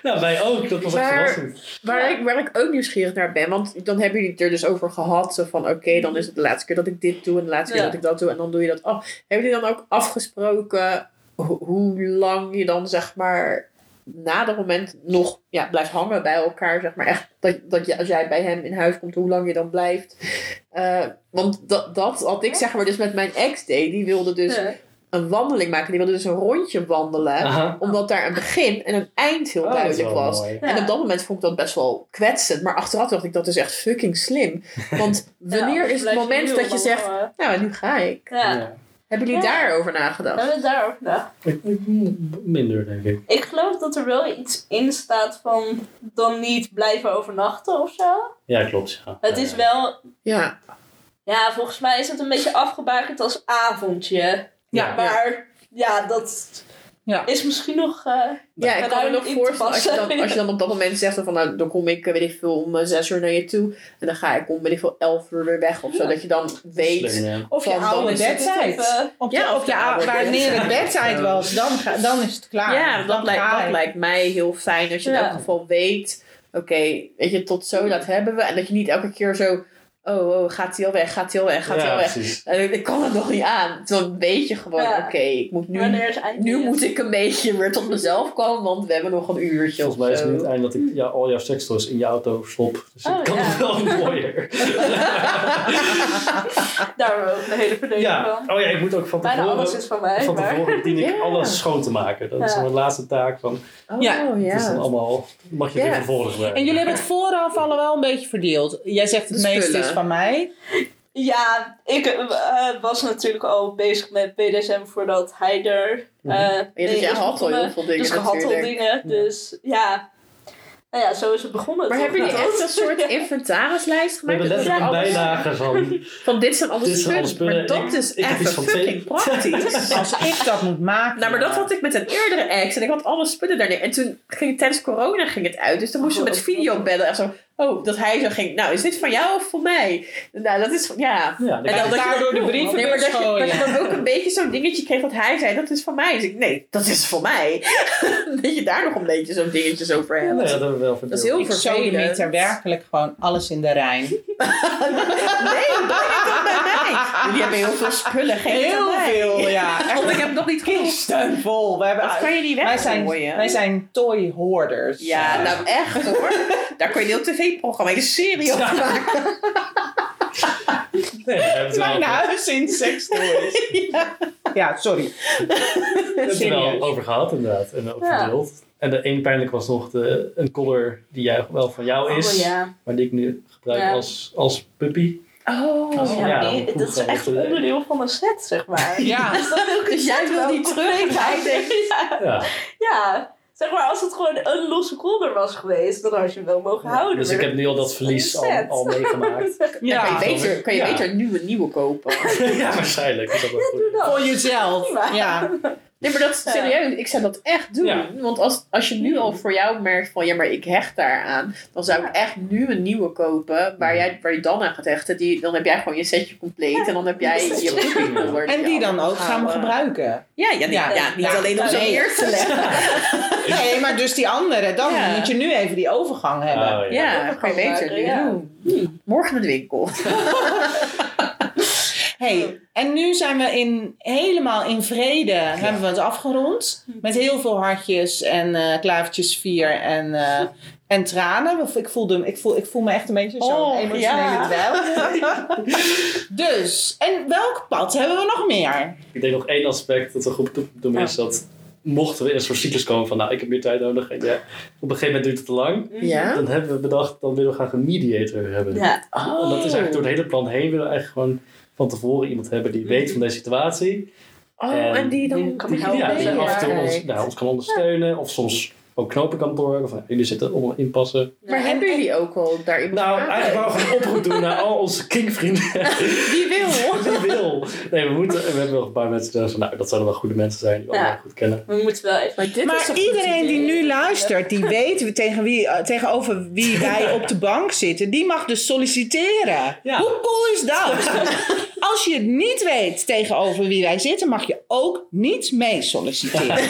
Nou, wij ook. Dat was echt
Maar-
verrassend.
waar ik, waar ik ook nieuwsgierig naar ben. Want dan hebben jullie het er dus over gehad. Zo van, oké,
Mhm.
dan is het de laatste keer dat ik dit doe. En de laatste keer
Ja.
dat ik dat doe. En dan doe je dat af. Hebben jullie dan ook afgesproken ho- hoe lang je dan, zeg maar... Na dat moment nog ja, blijft hangen bij elkaar, zeg maar. Echt dat, dat je, als jij bij hem in huis komt, hoe lang je dan blijft. Eh, want dat, dat had ik, zeg maar, dus met mijn ex deed. Die wilde dus
Ja.
een wandeling maken. Die wilde dus een rondje wandelen.
Aha.
Omdat daar een begin en een eind heel
Ah. Oh, dat is
duidelijk
wel
was.
mooi.
Ja.
En op dat moment vond ik dat best wel kwetsend. Maar achteraf dacht ik, dat is echt fucking slim. Want wanneer
Ja,
is het
blijf
moment
heel
dat je
lang
zegt,
hangen.
nou nu ga ik.
eh, Ja.
Ja.
Hebben jullie
Ja.
daarover
We
nagedacht?
hebben het daarover gedaan.
Ik- ik- Minder, denk ik.
Ik geloof dat er wel iets in staat van dan niet blijven overnachten of zo.
Ja, klopt. Ja.
Het is wel,
Ja.
ja, volgens mij is het een beetje afgebakend als avondje.
Ja.
Maar ja, dat
Ja.
is misschien nog. eh,
Ja,
Maar
ik kan me
daar
nog
in te
voorstellen als je,
passen.
dan, als je dan op dat moment zegt van nou, dan kom ik, eh, weet ik veel, om eh, zes uur naar je toe. En dan ga ik om, weet ik veel, elf uur weer weg of zo. Dat je dan weet.
Slim, ja.
Of je
Van
Oh,
dan
oude
is het
bedtijd.
dus even-
Op
Ja,
de,
of
of
de
je oude,
oude
wanneer het
bedtijd.
bedtijd was, dan, ga, dan is het klaar.
Ja, ah, dat, lijkt,
ga
dat
ik.
lijkt mij heel fijn. Als je in
Ja.
elk geval weet, oké, weet je, tot zo, dat hebben we. En dat je niet elke keer zo, oh, oh gaat hij al weg, gaat hij al weg, gaat hij
Ja,
al weg.
precies.
En Eh, ik kan het nog niet aan. Toen weet je gewoon,
Ja.
oké, ik moet nu,
Wanneer is eind?
nu moet ik een beetje weer tot mezelf komen, want we hebben nog een uurtje
Volgens
of
mij is het
zo.
nu het eind dat ik ja, al jouw sextoys in je auto stop. Dus ik
Oh,
kan
ja.
het wel mooier.
Daar hebben we ook een hele verdeling
Ja.
van.
Oh ja, ik moet ook van
Bijna alles
tevoren...
is van mij.
Van
Maar...
tevoren dien ik
Ja.
alles schoon te maken. Dat is
Ja.
mijn laatste taak. Van,
Oh,
Ja.
ja.
Het is dan allemaal... Mag je
Ja.
weer vervolgens brengen.
En jullie hebben het vooraf al wel een beetje verdeeld. Jij zegt het
De
meeste
spullen.
is van mij.
Ja, ik eh, eh, was natuurlijk al bezig met BDSM voordat hij er. eh
Mhm.
mee
Ja, dus
is
jij had al
begonnen.
heel veel dingen
Dus gehad al
natuurlijk.
dingen. Dus ja. Nou ja, zo is het begonnen.
Maar
toch?
hebben jullie
Dat-
echt een soort inventarislijst
We
gemaakt?
hebben
Dat
letterlijk een
alles-
bijlage van...
Van dit zijn alle
Dit zijn
spullen.
alle spullen.
Maar dat
Ik-
is
ik heb iets
echt
van
fucking praktisch.
Als ik dat moet maken.
Nou, maar dat had ik met een eerdere ex. En ik had alle spullen daarin. En toen ging tijdens corona ging het uit. Dus dan
Oh.
moesten we met video bellen. En zo, oh, dat hij zo ging. Nou, is dit van jou of van mij? Nou, dat is van, ja.
Ja, dan
En dan
krijg
dat
je-
je
door de brieven
Nee, maar dat je, dat je
gooien.
dan ook een beetje zo'n dingetje kreeg dat hij zei, dat is van mij. Dus ik, nee, dat is van mij. dat je daar nog een beetje zo'n dingetjes over
Ja, nee,
hebt.
dat hebben we wel verdeeld.
Dat is heel
Ik zou
vervelend.
meter werkelijk gewoon alles in de Rijn.
Nee, dat is dat bij mij. Jullie hebben
hebben heel veel spullen. Geen heel veel, ja. Echt
Want ik heb nog niet gekocht.
kisten vol. We hebben,
Dat kan je niet
wij, zijn,
weggooien.
wij zijn toy hoarders.
Ja, nou echt hoor. Daar kun je een heel tv-programma, een hele serie op maken.
Nee, we hebben het wel,
Mijn
we
huis in seks toys. ja. sorry.
hebben het er wel
nou, Serieus.
over gehad inderdaad. En ook
Ja.
verdeeld. En de één pijnlijk was nog de, een collar die jij wel van jou is.
Oh ja.
Maar die ik nu gebruik
Ja.
als, als puppy.
Oh.
Als-
Ja,
ja,
maar die-
hoe- hoe
dat is
gaan we
echt
dat doen?
onderdeel van een set, zeg maar.
Ja.
Dus dat ook
Dus jij wil die terug.
Ja.
Ja.
ja, zeg maar, als het gewoon een losse kolder was geweest, dan had je hem wel mogen houden.
Dus ik
maar
heb nu al dat verlies al,
Ontzettend.
al meegemaakt.
Ja,
Ja.
kan je beter, kan je
Ja.
beter een nieuwe, nieuwe kopen.
ja, waarschijnlijk. Is dat wel goed.
dat-
Voor jezelf. Ja.
Nee, maar dat is
Ja.
serieus. Ik zou dat echt doen.
Ja.
Want als, als je nu al voor jou merkt van... Ja, maar ik hecht daaraan. Dan zou ik echt nu een nieuwe kopen.
Hmm.
Waar, jij, waar je dan aan gaat hechten. Die, dan heb jij gewoon je setje compleet. En dan heb jij
Ja.
je boekenholder.
En die dan ook gaan we
we
gebruiken.
Ja, ja, die-
Ja.
ja, niet
Ja.
alleen om ze
Nee.
neer te leggen.
Nee, maar dus die andere. Dan
Ja.
moet je nu even die overgang hebben.
Oh, ja.
Ja, kan je beter nu
Ja.
doen. Morgen in de winkel.
Hey, en nu zijn we in, helemaal in vrede, hebben we het afgerond. Met heel veel hartjes en eh klavertjes vier en, eh, en tranen. Ik, voelde, ik, voel, ik voel me echt een beetje zo'n
Oh,
emotionele
ja.
dweil. dus, en welk pad hebben we nog meer?
Ik denk nog één aspect dat we goed te doen is dat mochten we in een soort cyclus komen van nou, ik heb meer tijd nodig en ja, op een gegeven moment duurt het te lang,
Ja?
dan hebben we bedacht, dan willen we graag een mediator hebben.
Ja,
En Ah, dat is
Oh.
eigenlijk door het hele plan heen willen we eigenlijk gewoon van tevoren iemand hebben die weet van deze situatie.
Oh, en die dan...
kan
die
helpen.
ja, die
ja,
af en toe ons,
kijk.
nou, ons kan ondersteunen of soms ook knopen kan doorwerken van jullie zitten allemaal inpassen.
Maar
Ja.
hebben jullie ook al daar iemand
Nou,
aan?
eigenlijk wou ik een oproep doen naar al onze kinkvrienden.
Die wil.
Wie wil? Nee, we, moeten, we hebben nog een paar mensen die van, nou, dat zouden wel goede mensen zijn die we
Ja.
allemaal goed kennen.
we moeten wel even...
Maar dit is
Maar
toch
iedereen
goed
die
idee?
nu luistert, die weet tegen wie, eh, tegenover wie wij op de bank zitten, die mag dus solliciteren.
Ja.
Hoe cool is dat? Als je het niet weet tegenover wie wij zitten, mag je ook niet mee solliciteren.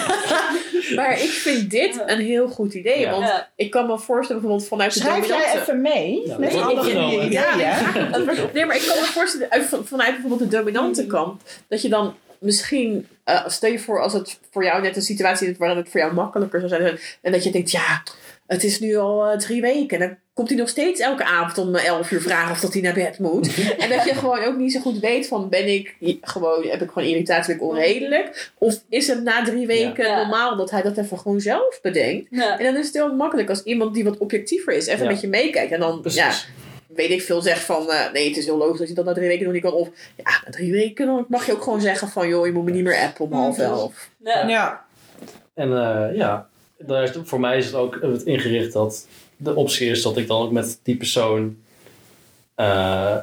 Maar ik vind dit een heel goed idee.
Ja.
Want
Ja.
ik kan me voorstellen bijvoorbeeld vanuit de
Schrijf jij
dominante-
even mee
dat
met
wordt
alle
opgenomen.
ideeën.
Ja,
Ja.
Nee, maar ik kan me voorstellen, uit- van- vanuit bijvoorbeeld de
Mm.
dominante kant, dat je dan misschien, eh, stel je voor als het voor jou net een situatie is waarin het voor jou makkelijker zou zijn, en dat je denkt, ja, het is nu al eh, drie weken, en dan komt hij nog steeds elke avond om eh, elf uur vragen of dat hij naar bed moet. en dat je gewoon ook niet zo goed weet van, ben ik i- gewoon, heb ik gewoon irritatie, ben ik onredelijk? Of is het na drie weken
Ja.
normaal dat hij dat even gewoon zelf bedenkt?
Ja.
En dan is het heel makkelijk als iemand die wat objectiever is, even
Ja.
met je meekijkt. En dan,
Precies.
ja, weet ik veel, zeg van... eh, nee, het is heel logisch dat je dat na drie weken nog niet kan. Of ja, na drie weken dan mag je ook gewoon zeggen van... joh, je moet me niet meer appen om half elf.
Ja.
Ja.
En eh, ja, daar is, voor mij is het ook het ingericht dat de optie is dat ik dan ook met die persoon eh,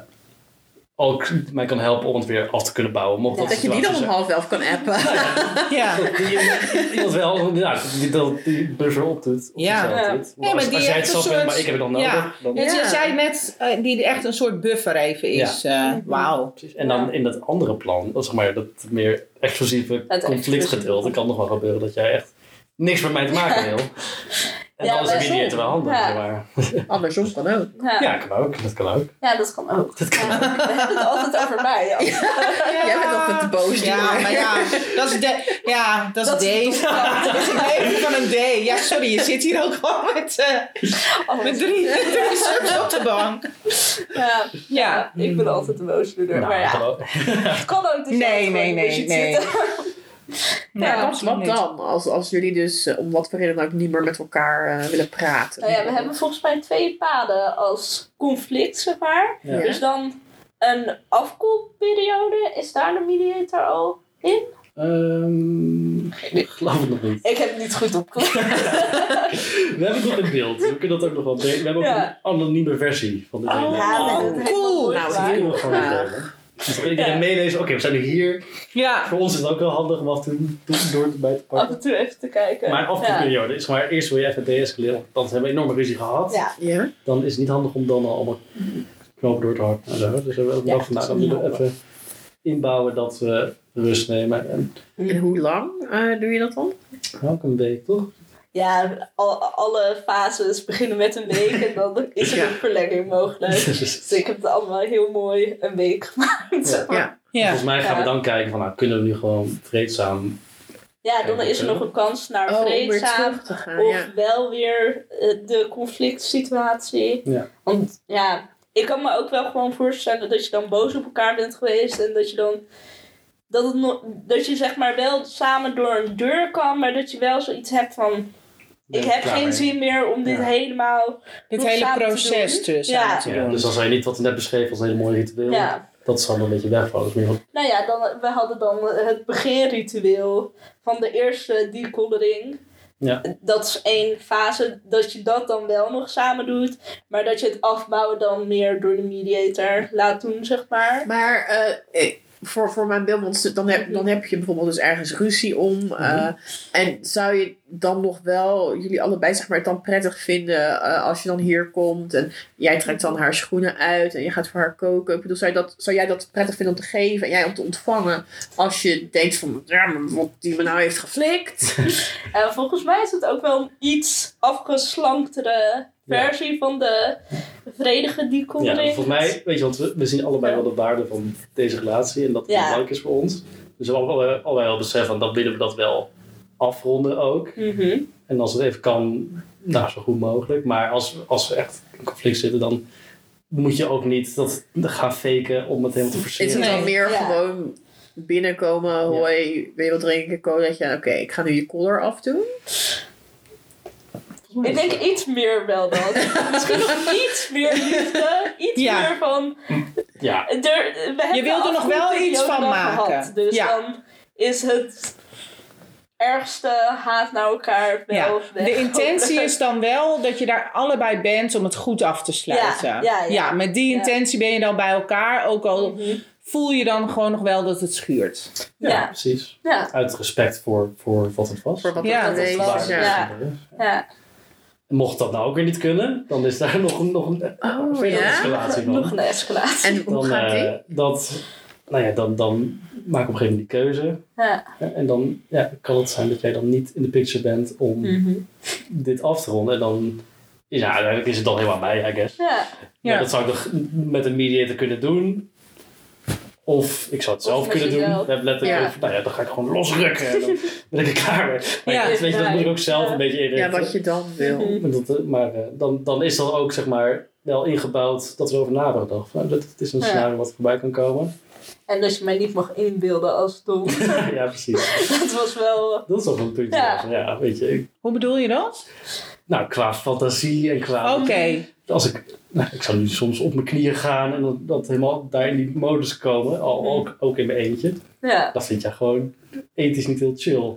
ook mij kan helpen om het weer af te kunnen bouwen. Mocht dat,
dat je die dan om
situatie
half elf kan appen.
Ja.
zijn. Die- Iemand wel, ja, die dat die buffer opdoet. of
Ja.
iets
Ja.
altijd. Maar
Nee, maar
als,
die
als jij het
heeft een
zat bent,
soort-
maar ik heb het nog nodig.
Ja.
Dan,
Dus Je
Ja.
zei net eh, die echt een soort buffer even is. eh, Wauw.
Precies. En dan
Ja.
in dat andere plan, dat zeg maar dat meer explosieve
Dat
conflictgedeelte,
explosieve.
kan nog wel gebeuren dat jij echt niks met mij te maken wil. En
Ja,
alles heb je
maar-
die eten wel handig.
Ja.
zeg Maar.
Andersom kan ook.
Ja.
Ja, kan ook. Dat kan ook.
Ja, dat kan ook. Ja, We hebben het altijd over mij. ja.
Jij bent altijd de boos.
Ja, maar ja, dat is, de, ja, dat is
Dat is
deze. Dat is het leven van een D. Ja, sorry, je zit hier ook gewoon met, eh,
Oh.
met drie, drie subs op de bank.
Ja. Ja, ik ben altijd de boosdoener.
Nou,
Maar ja,
kan ook.
het kan ook.
Nee,
dus je moet
nee,
gewoon
nee,
in de
nee.
shit zitten.
Ja,
wat, wat dan? Als, als jullie dus eh, om wat voor reden dan ook niet meer met elkaar eh, willen praten.
Nou ja, we hebben volgens mij twee paden als conflict, zeg maar.
Ja.
Dus dan een afkoelperiode. Is daar de mediator al in?
Ehm, ik geloof het nog niet.
Ik heb het niet goed opgelet.
We hebben nog een beeld. dus We kunnen dat ook nog wel delen. We hebben ook
Ja. Oh,
een anonieme versie van dit hele.
Ja,
Dat
dat is helemaal
cool.
nooit
Nou,
waar.
heel
kunnen we gewoon
graag.
delen. Dus dan kan iedereen
Ja.
meelezen. Oké, we zijn nu hier.
Ja.
Voor ons is het ook wel handig om af en toe door bij te
af
pakken.
en toe even te kijken.
Maar af en toe periode is maar eerst wil je even deescaleren. Want anders hebben we een enorme ruzie gehad.
Ja.
Ja?
dan is het niet handig om dan al allemaal knopen door te hakken. en zo. Dus we hebben ook bedacht, nou, dan moeten we even inbouwen dat we rust nemen. En
En hoe lang eh, doe je dat dan?
ook een week, toch?
Ja, al- alle fases beginnen met een week en dan is er
Ja.
Dus
een verlenging mogelijk. Dus ik heb het allemaal heel mooi een week gemaakt.
Ja.
zeg maar.
Ja.
Ja.
Volgens mij gaan we
Ja.
dan kijken van, nou, kunnen we nu gewoon vreedzaam...
Ja, dan is er nog een kans naar
Oh, om weer
vreedzaam.
terug te gaan.
Of
ja.
wel weer eh, de conflict situatie.
Ja.
Want ja, ik kan me ook wel gewoon voorstellen dat je dan boos op elkaar bent geweest. En dat je dan. Dat, het no- dat je zeg maar wel samen door een deur kan, maar dat je wel zoiets hebt van. Ik heb
Klaar
geen
mee.
zin meer om dit
Ja.
helemaal.
Dit
nog
hele
samen te
proces
doen.
te
Ja.
samen te
Ja,
doen.
dus dan zou je niet wat we net beschreven als een hele mooie ritueel.
Ja.
Dat zal dan een beetje wegvallen. Dus meer van,
Nou ja, dan, we hadden dan eh, het beginritueel van de eerste decoloring.
Ja.
Dat is één fase, dat je dat dan wel nog samen doet. Maar dat je het afbouwen dan meer door de mediator laat doen, zeg maar.
Maar eh, ik- voor, voor mijn beeld, want dan heb, dan heb je bijvoorbeeld dus ergens ruzie om. eh, En zou je dan nog wel, jullie allebei zeg maar, het dan prettig vinden eh, als je dan hier komt en jij trekt dan haar schoenen uit en je gaat voor haar koken? Ik bedoel, zou, je dat, zou jij dat prettig vinden om te geven en jij om te ontvangen als je denkt van, ja, maar wat die me nou heeft geflikt?
En volgens mij is het ook wel een iets afgeslanktere versie van de vredige
ja,
decoloring.
volgens mij, weet je, want we, we zien allebei wel de waarde van deze relatie en dat het
Ja.
belangrijk is voor ons. Dus we hebben allebei, allebei wel besef van, dan willen we dat wel afronden ook.
Mhm.
En als het even kan, nou, zo goed mogelijk. Maar als, als we echt in conflict zitten, dan moet je ook niet dat gaan faken om het helemaal te
Is
forceren.
het dan
Nee,
meer
ja.
gewoon binnenkomen, hoi, wil je wat drinken, colaatje? Oké, ik ga nu je collar afdoen.
Ik denk iets meer wel dan. Misschien nog iets meer liefde. Iets
Ja.
meer van...
Ja,
Er- we hebben
Je wilt er nog wel
afgelopen
iets van
periode wel
maken.
gehad. dus
Ja.
dan is het ergste haat naar elkaar wel
Ja.
weg.
De intentie is dan wel dat je daar allebei bent om het goed af te sluiten.
Ja, ja, ja.
met die
Ja.
intentie ben je dan bij elkaar, ook al
Mhm.
voel je dan gewoon nog wel dat het schuurt.
ja,
Ja.
precies.
Ja,
Uit respect voor, voor wat het was.
Voor wat
Ja,
dat
dat is
geweest
Waar
is.
waar.
Ja.
Ja. ja.
En Mocht dat nou ook weer niet kunnen, dan is daar nog een, nog een
Oh,
verder
ja?
escalatie van.
Nog een escalatie.
En hoe
dan,
gaat die?
eh, dat, nou ja, dan, dan maak ik op een gegeven moment die keuze.
Ja.
En dan ja, kan het zijn dat jij dan niet in de picture bent om
Mhm.
dit af te ronden. En dan ja, uiteindelijk is het dan helemaal mij, I guess.
Ja.
Ja.
Ja. dat zou ik nog met een mediator kunnen doen. Of ik zou het
Of
zelf
met
kunnen
jezelf.
doen. Let- Letterlijk,
Ja.
even, nou ja, dan ga ik gewoon losrukken. En dan ben ik er klaar mee. Maar
Ja,
ja, weet je, dat moet ik ook zelf
ja.
een beetje
Ja,
inrichten.
wat je dan wil.
En dat, eh, maar eh, dan, dan is dan ook zeg maar wel ingebouwd dat we erover na hebben gedacht. Van, dat, het is een
Ja.
scenario wat voorbij kan komen.
En dat je mij niet mag inbeelden als dom.
ja, precies.
dat was wel...
Dat is ook een puntje.
Ja.
Ja. ja, weet je. ik-
Hoe bedoel je dat?
Nou, qua fantasie en qua...
Oké,
Als ik, nou, ik zou nu soms op mijn knieën gaan en dat, dat helemaal daar in die modus komen. Al, ook, ook in mijn eentje.
Ja.
Dat vind jij gewoon ethisch niet heel chill.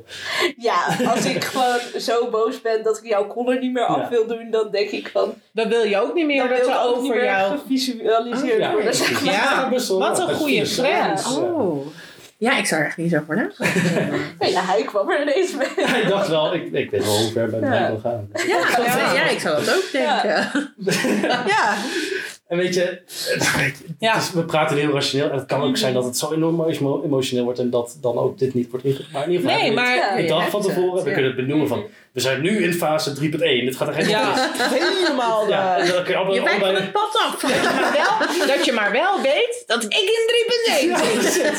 ja, als ik gewoon zo boos ben dat ik jouw collar niet meer af
Ja.
wil doen, dan denk ik van...
dan wil je ook niet meer
Dan wil
dat
ik
er
ook niet
over
meer
jou...
gevisualiseerd
Oh, Ja,
worden.
precies.
maar. Ja,
Dat is best wel
wat
raar.
een goede
Dat is een
grens.
grens, ja.
Oh. Ja, ik zou er echt niet zo voor nadenken.
Nee, ja, hij kwam er ineens mee.
Ja, ik dacht wel, ik, ik weet wel hoe ver bij mij wil gaan.
Ja, dat-
Ja.
ja, ik zou dat ook denken.
Ja,
En weet je, het-
Ja.
het is- we praten heel rationeel. En het kan ook zijn dat het zo enorm emo- emotioneel wordt en dat dan ook dit niet wordt ingebracht. Maar in ieder geval,
nee,
hebben we
maar...
Ja.
het-
je
de dag
hebt
van
het,
tevoren, we
ja.
kunnen het benoemen van, we zijn nu in fase 3.1. Dit gaat er geen
Ja, helemaal
Ja, en
de-
dan kun je allemaal-
Je bent van
allebei-
het pad af.
Maar wel, dat je maar wel weet dat ik in 3.1
Ja,
zit.
shit.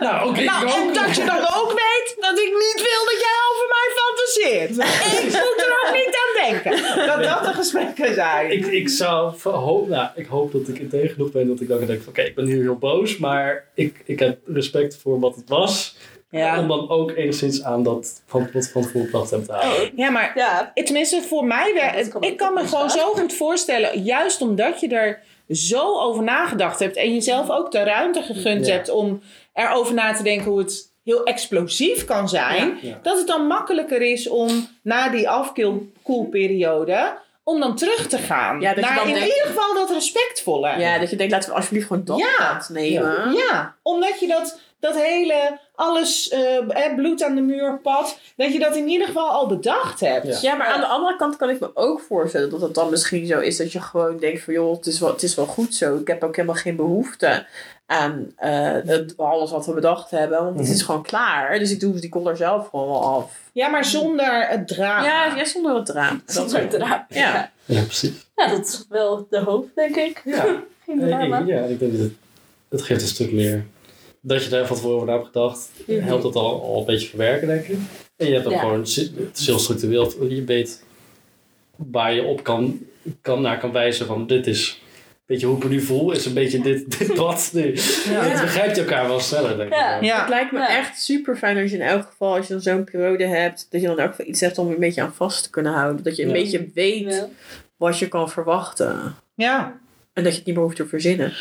Nou, oké,
Nou,
ik
en
ook.
dat je dan ook weet dat ik niet wil dat jij over mij fantaseert. Ik moet er ook niet aan denken dat dat de gesprekken zijn.
Ik, ik zou ver- hoop, nou, ik hoop dat ik integer genoeg ben dat ik dan denk van oké, ik ben hier heel boos, maar ik, ik heb respect voor wat het was. Om dan ook enigszins aan dat van wat van tevoren placht hebben te
Oh.
houden.
ja maar
Ja,
tenminste voor mij, wer-
dat kan
ik
ook
kan me
niet
gewoon
staan.
zo goed voorstellen, juist omdat je er zo over nagedacht hebt en jezelf ook de ruimte gegund
Ja.
hebt om erover na te denken hoe het heel explosief kan zijn,
Ja. Ja.
dat het dan makkelijker is om na die afkoelperiode om dan terug te gaan.
Ja, dat je
naar
dan
in
denkt-
ieder geval dat respectvolle.
Ja, dat je denkt, laten we alsjeblieft gewoon dat
Ja.
pad nemen.
Ja, omdat je dat, dat hele alles eh, eh, bloed aan de muur pad, dat je dat in ieder geval al bedacht hebt.
Ja.
Ja, maar aan de andere kant kan ik me ook voorstellen dat het dan misschien zo is dat je gewoon denkt van joh, het is wel, het is wel goed zo. Ik heb ook helemaal geen behoefte aan eh, het, alles wat we bedacht hebben, want het is gewoon klaar. Dus ik doe die collar zelf gewoon wel af.
Ja, maar zonder het drama.
Ja, ja zonder het raam.
dat is inderdaad.
Ja.
Ja.
Ja, precies.
ja, dat is wel de hoop, denk ik.
Ja,
Geen
ik,
drama.
ja ik denk dat het, het geeft een stuk meer dat je daar van tevoren wordt gedacht, helpt dat al, al een beetje verwerken, denk ik. En je hebt dan
Ja.
gewoon si- het is heel structureel. Je weet waar je op kan, kan naar kan wijzen van dit is. Weet je hoe ik me nu voel? Is een beetje dit, dit pad nu.
Ja.
Dat begrijpt elkaar wel sneller, denk ik.
Ja.
wel.
Ja.
Het lijkt me
Ja.
echt super fijn als je in elk geval, als je dan zo'n periode hebt, dat je dan ook wel iets hebt om een beetje aan vast te kunnen houden. Dat je een
Ja.
beetje weet
Ja.
wat je kan verwachten.
Ja.
En dat je het niet meer hoeft te verzinnen.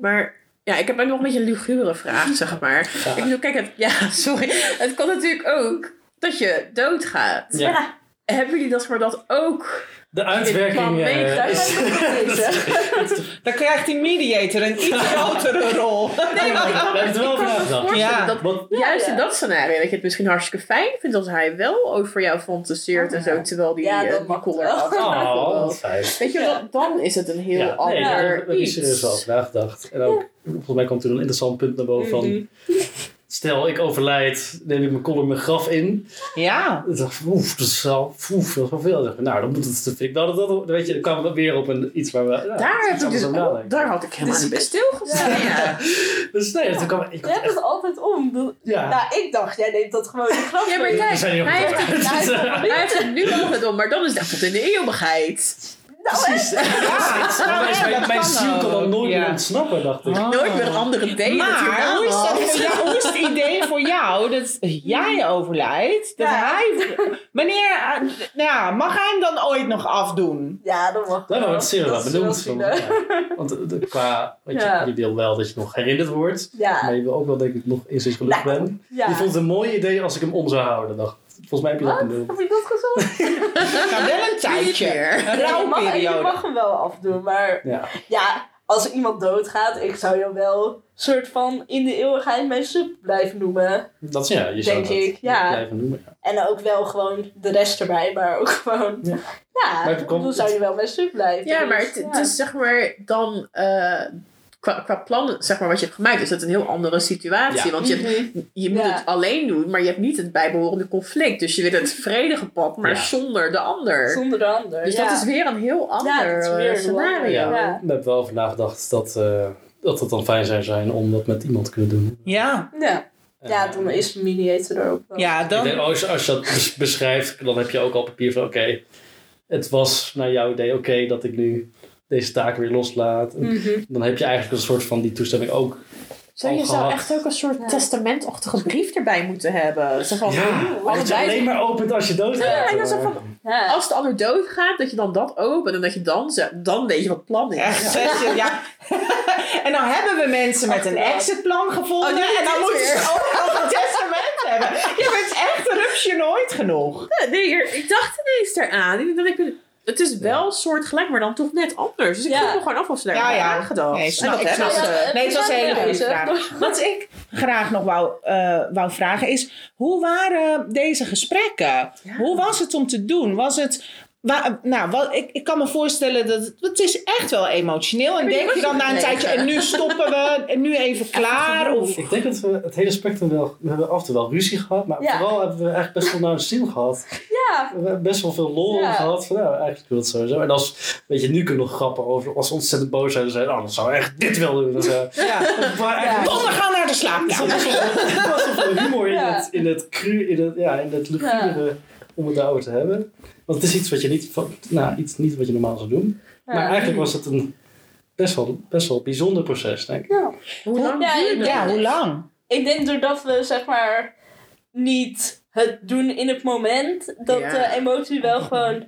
Maar ja, ik heb ook nog een beetje een lugubere vraag, zeg maar. Ik bedoel, kijk, het, ja, sorry. Het kan natuurlijk ook dat je doodgaat.
Ja.
Hebben jullie dat, maar dat ook?
De
Dit
uitwerking
kwam
eh,
mee,
Daar
is...
zijn we nog niet, hè.
Dan krijgt die mediator een iets grotere rol.
Nee, maar ik
We
kan
hebben het er wel
ik kan
over
me
nagedacht.
voorstellen
Ja.
dat
Want
juist
ja.
in dat scenario dat je het misschien hartstikke fijn vindt als hij wel over jou fantaseert en zo, terwijl die,
Oh, Ja,
eh,
dat
die
mag
collar
wel.
af.
Oh, wat fijn.
Weet je,
Ja.
dat, dan is het een heel
Ja, nee, daar
ander
heb ik- daar heb ik
iets.
serieus wel over nagedacht. En ook, volgens mij kwam toen een interessant punt naar boven van...
Mhm.
Stel, ik overlijd, neem ik mijn kolom mijn graf in.
Ja.
Ik dacht, oef, dat is wel, oef, dat is wel veel. Ik dacht, nou, dan moet het, vind ik wel dat dat... dan Weet je, dan kwamen we weer op een, iets waar we... nou,
Daar, heb
iets
ik dus,
anders over
oh,
nadenken.
daar had ik helemaal
Dus-
niet bij stilgestaan. Ja.
Dus nee, toen kwam ik...
Je hebt het altijd om. Doe-
Ja.
Nou, ik dacht, jij neemt dat gewoon in grap.
Ja, maar
mee.
kijk,
We zijn hier op
hij
elkaar.
Nou, hij
Dus,
komt
eh,
er niet.
Hij heeft het nu nog het om, maar dan is het echt tot in de eeuwigheid.
Precies.
Ja,
Mijn-
dat
mijn- Mijn
kan
ziel kan
ook.
dan nooit meer
Ja.
ontsnappen, dacht ik.
Ah.
Nooit met Oh. anderen delen.
Maar hoe is,
natuurlijk.
dat voor jou, hoe is het idee voor jou dat jij overlijdt? Dat
Ja.
hij, wanneer, eh, nou ja, mag hij hem dan ooit nog afdoen?
Ja, dat
Nou,
mag wel.
nou, het is zeer wel
Dat is wel
benoemd. van,
zielig.
ja. Want eh, de- qua, weet je,
Ja.
je wil wel dat je nog herinnerd wordt. Maar
Ja,
je wil ook wel denk ik nog eens eens gelukt
Nou,
ben.
ja.
Je vond het een mooi idee als ik hem om zou houden. Dacht. Volgens mij heb je dat bedoeld.
Heb ik dat gezond?
Nou, wel een tijdje. Een
Ja, je, mag, je
rouwperiode.
mag hem wel afdoen, maar
Ja.
ja, als iemand doodgaat, ik zou jou wel soort van in de eeuwigheid mijn sub blijven noemen.
Dat is ja, je zou
Denk
dat
ik, ja.
blijven noemen. ja.
En ook wel gewoon de rest erbij, maar ook gewoon,
Ja.
ja,
Maar het komt-
dan zou je wel mijn sub blijven.
Ja,
Dus,
maar het, het
ja.
is zeg maar dan... eh, Qua, qua plannen, zeg maar, wat je hebt gemaakt, is dat een heel andere situatie.
Ja.
Want je, hebt- je moet
Ja.
het alleen doen, maar je hebt niet het bijbehorende conflict. Dus je wil het vredige pad, maar
Ja.
zonder de ander.
Zonder de ander,
Dus
ja.
dat is weer een heel ander
Ja, dat is weer
eh,
een
scenario.
Ja.
Ja.
We hebben wel over nagedacht dat, eh, dat het dan fijn zou zijn om dat met iemand te kunnen doen.
Ja,
Ja,
Eh,
ja dan is de mediator er ook wel.
ja,
ik denk,
dan...
als, als je dat bes- beschrijft, dan heb je ook al papier van oké. het was naar jouw idee oké dat ik nu deze taak weer loslaat. En
Mhm.
Dan heb je eigenlijk een soort van die toestemming ook.
Zo, je
al
zou
gehad.
echt ook een soort
Ja.
testamentachtige brief erbij moeten hebben. Zo van,
Ja, dat je
allebei-
alleen maar opent als je doodgaat.
Ja, en dan zo
eh.
van,
Ja.
als de ander doodgaat, dat je dan dat opent en dat je dan, ze- dan weet je wat het plan is.
Echt, zes jaar, ja. En dan hebben we mensen met een exitplan gevonden.
Oh, nee,
en dan
dit
moeten
weer.
ze ook nog een testament hebben. Je bent echt een rupsje nooit genoeg.
Ja, nee, hier- ik dacht ineens eraan. Ik dacht, ik- Het is wel soortgelijk, maar dan toch net anders. Dus ik
Ja.
vroeg me gewoon af of ze daar
Ja, ja.
nagedacht.
Nee, snap-
En dat
ik snap
hebben
het.
ze.
eh, nee, het was een hele goede
Ja,
vraag. Wat ik graag nog wou, eh, wou vragen is, hoe waren deze gesprekken? Hoe was het om te doen? Was het... wa- nou, wat, ik, ik kan me voorstellen dat het, het is echt wel emotioneel. En
je
denk je
was
dan
niet
na een
leeg,
tijdje,
hè?
en nu stoppen we, en nu even klaar. Of,
Ik denk dat we het hele spectrum wel... We hebben af en toe wel ruzie gehad, maar
Ja.
vooral hebben we eigenlijk best wel naar de zin gehad.
Ja,
We hebben best wel veel lol
Ja.
gehad. Van, nou, eigenlijk wil het sowieso. En als, weet je, nu kunnen we nog grappen over als ze ontzettend boos zijn. Dan zeiden oh, dan zou ik echt dit wel doen. Dan zei,
ja.
maar eigenlijk
Donder gaan naar de slaapkamer.
best wel- best wel veel humor in
Ja.
het, in het cru, in het, ja, in het lugubere om het daarover te hebben. Want het is iets wat je niet, van- nou, iets niet wat je normaal zou doen. Maar eigenlijk was het een best wel, best wel bijzonder proces, denk ik.
Hoe lang
Ja,
duurde
ik-
het?
Ja, hoe lang?
ik denk doordat we zeg maar niet het doen in het moment, dat
Ja.
de emotie wel gewoon.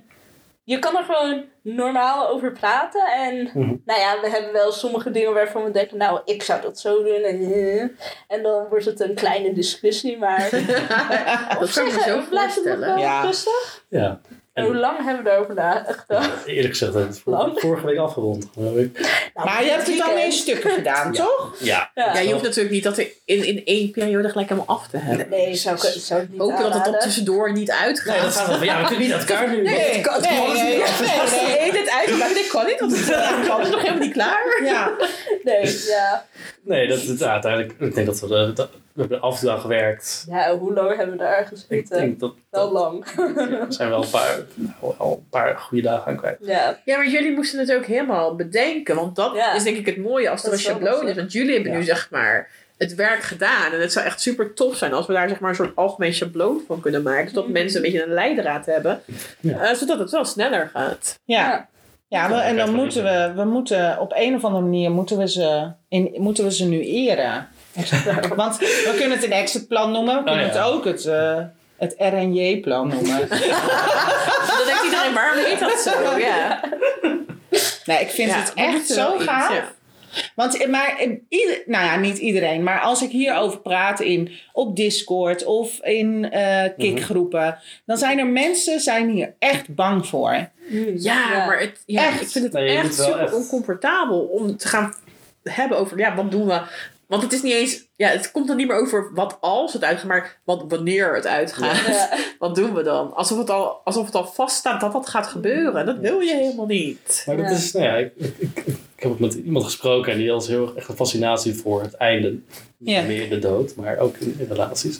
Je kan er gewoon normaal over praten. En
Mhm.
nou ja, we hebben wel sommige dingen waarvan we denken, nou, ik zou dat zo doen. En, eh, en dan wordt het een kleine discussie. Maar
Dat
op
kan ik
zich
me zo
eh, blijft het nog
voorstellen.
wel
Ja.
rustig.
Ja.
En hoe lang hebben we daarover nagedacht?
Eerlijk gezegd, dat is
Lang.
vorige week afgerond. geloof ik.
Nou,
Maar je hebt het dan
weekend.
in stukken gedaan,
Ja.
toch?
Ja.
Ja.
Ja, je hoeft natuurlijk niet dat er in, in één periode gelijk helemaal af te hebben.
Nee, zou ik, zou ik niet
Ook dat het
aanraden.
dan tussendoor niet uitgaat.
Nee, dat gaat wel. van, Ja, we kunnen niet uit elkaar nu.
Nee,
kan- kan-
nee, nee, nee,
Als
nee.
de ene het uitgaat, dat kan niet, want het is nog helemaal niet klaar.
Ja,
Dus-
Nee, ja.
Nee, dat is ja, uiteindelijk. Ik denk dat we, eh, dat- we hebben af en toe aan gewerkt.
ja, hoe lang hebben we daar
Ik
gezeten?
denk dat
eh, Wel lang.
er zijn wel een paar, nou, wel een paar goede dagen aan kwijt.
Ja.
Ja, maar jullie moesten het ook helemaal bedenken. Want dat
Ja.
is denk ik het mooie als er
Dat
een
is wel
schabloon
lastig.
is. Want jullie hebben
Ja.
nu zeg maar het werk gedaan. En het zou echt super tof zijn als we daar zeg maar, een soort algemeen schabloon van kunnen maken. Zodat mensen een beetje een leidraad hebben.
Ja.
Eh, zodat het wel sneller gaat.
Ja.
Ja.
Ja, wel, en dan moeten we, we moeten op een of andere manier moeten we ze, in, moeten we ze nu eren. Want we kunnen het een exitplan noemen, we kunnen
ja.
het ook het, eh, het RNJ-plan noemen.
Dan denkt iedereen, waarom heet dat zo? Ja.
Nee, ik vind
Ja,
het
we
echt
moeten
zo
wel iets,
gaaf.
ja.
Want eh, maar in ieder, nou ja, niet iedereen, maar als ik hierover praat in, op Discord of in eh kikgroepen, dan zijn er mensen zijn hier echt bang voor.
Ja, maar het, ja,
Echt.
ik vind het
Nee,
Dus,
je
eh, echt
moet wel
super
echt-
oncomfortabel om te gaan hebben over, ja, wat doen we? Want het is niet eens, ja, het komt dan niet meer over wat als het uitgaat, maar wat wanneer het uitgaat.
Ja.
Wat doen we dan? Alsof het al, alsof het al vaststaat dat dat gaat gebeuren. Dat wil je helemaal niet.
Maar dat
Ja.
is, nou ja, ik, ik, ik, ik heb ook met iemand gesproken en die had heel erg echt een fascinatie voor het einde. Niet
Ja.
meer de dood, maar ook in, in relaties.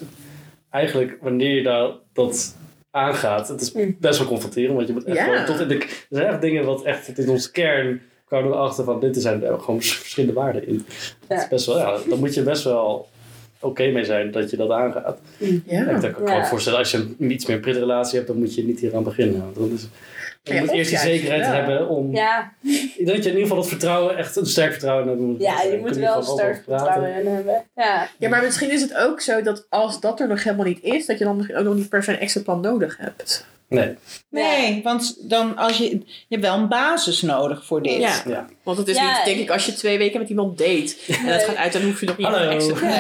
Eigenlijk, wanneer je daar dat aangaat, het is best wel confronterend, want je moet echt
Ja.
gewoon tot in de... Er zijn echt dingen wat echt, het is onze kern, kwamen we erachter van, dit zijn er ook gewoon verschillende waarden in. Dat is
Ja.
best wel, ja, dan moet je best wel oké mee zijn dat je dat aangaat.
Ja.
Ik denk, ik kan me
Ja.
voorstellen, als je een iets meer een relatie hebt, dan moet je niet hier aan beginnen. Want Dan is, je
Ja,
moet
of
eerst die
juist,
zekerheid
ja.
hebben om...
Ja,
Ik denk dat je in ieder geval dat vertrouwen, echt een sterk vertrouwen hebt. Dan
ja, je
dan
moet
kun
wel
gewoon over
sterk vertrouwen
praten.
in hebben. Ja.
Ja, maar misschien is het ook zo dat als dat er nog helemaal niet is, dat je dan misschien ook nog niet per se een extra plan nodig hebt.
Nee,
Nee, want dan als je, je hebt wel een basis nodig voor dit.
Ja.
ja.
Want het is
Ja,
niet, denk
ik-
ik, als je twee weken met iemand date en
Nee.
het gaat uit, dan hoef je nog niet
Hallo.
een extra plan.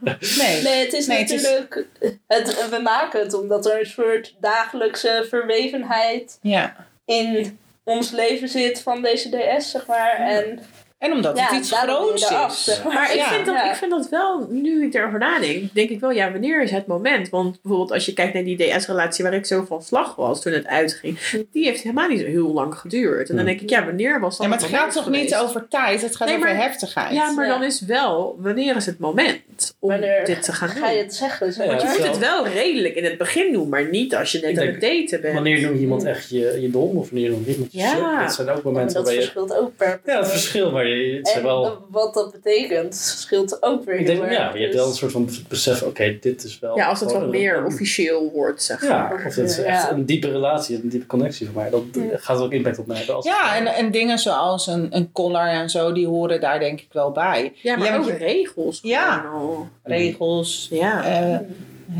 Nee. Nee.
Nee, het is
Nee, het is-
natuurlijk. Het, we maken het omdat er een soort dagelijkse verwevenheid
Ja.
in ons leven zit van deze DS, zeg maar. En
En omdat
ja,
het iets
daarom ben je
groots is.
eraf, zeg
Maar ik,
Ja.
vind dat,
Ja.
ik vind dat wel, nu ik erover nadenk, denk ik wel, ja, wanneer is het moment? Want bijvoorbeeld als je kijkt naar die DS-relatie waar ik zo van slag was toen het uitging, die heeft helemaal niet zo heel lang geduurt. En dan denk ik, ja, wanneer was dat
Ja, maar het gaat
moment
toch
geweest?
niet over tijd, het gaat
Nee,
over
maar-
heftigheid.
Ja, maar
Ja.
dan is wel, wanneer is het moment om
Wanneer
dit te gaan doen?
ga je het zeggen? Zeg
Ja,
maar.
Je moet
Zo.
het wel redelijk in het begin doen, maar niet als je
Ik
net aan het daten bent.
Wanneer noemt iemand echt je, je dom of wanneer noemt iemand je
Ja.
shit? Dat zijn ook
Ja, maar
momenten
dat
waar je...
verschilt ook per
Ja, het
persoon.
verschil waar je... Het
En
zijn wel,
wat dat betekent, verschilt ook weer
ik denk,
heel
ja,
erg.
je hebt
Dus-
wel een soort van besef, oké, dit is wel...
Ja, als het
gewoon
wat
een-
meer officieel wordt, zeg maar.
Ja, of het is echt
Ja.
een diepe relatie, een diepe connectie voor mij. Dat gaat ook impact op mij hebben. Als
Ja, en, en dingen zoals een, een collar en zo, die horen daar denk ik wel bij.
Ja, maar
Ja,
ook
want
regels.
Ja.
gewoon al.
Regels.
Ja.
eh,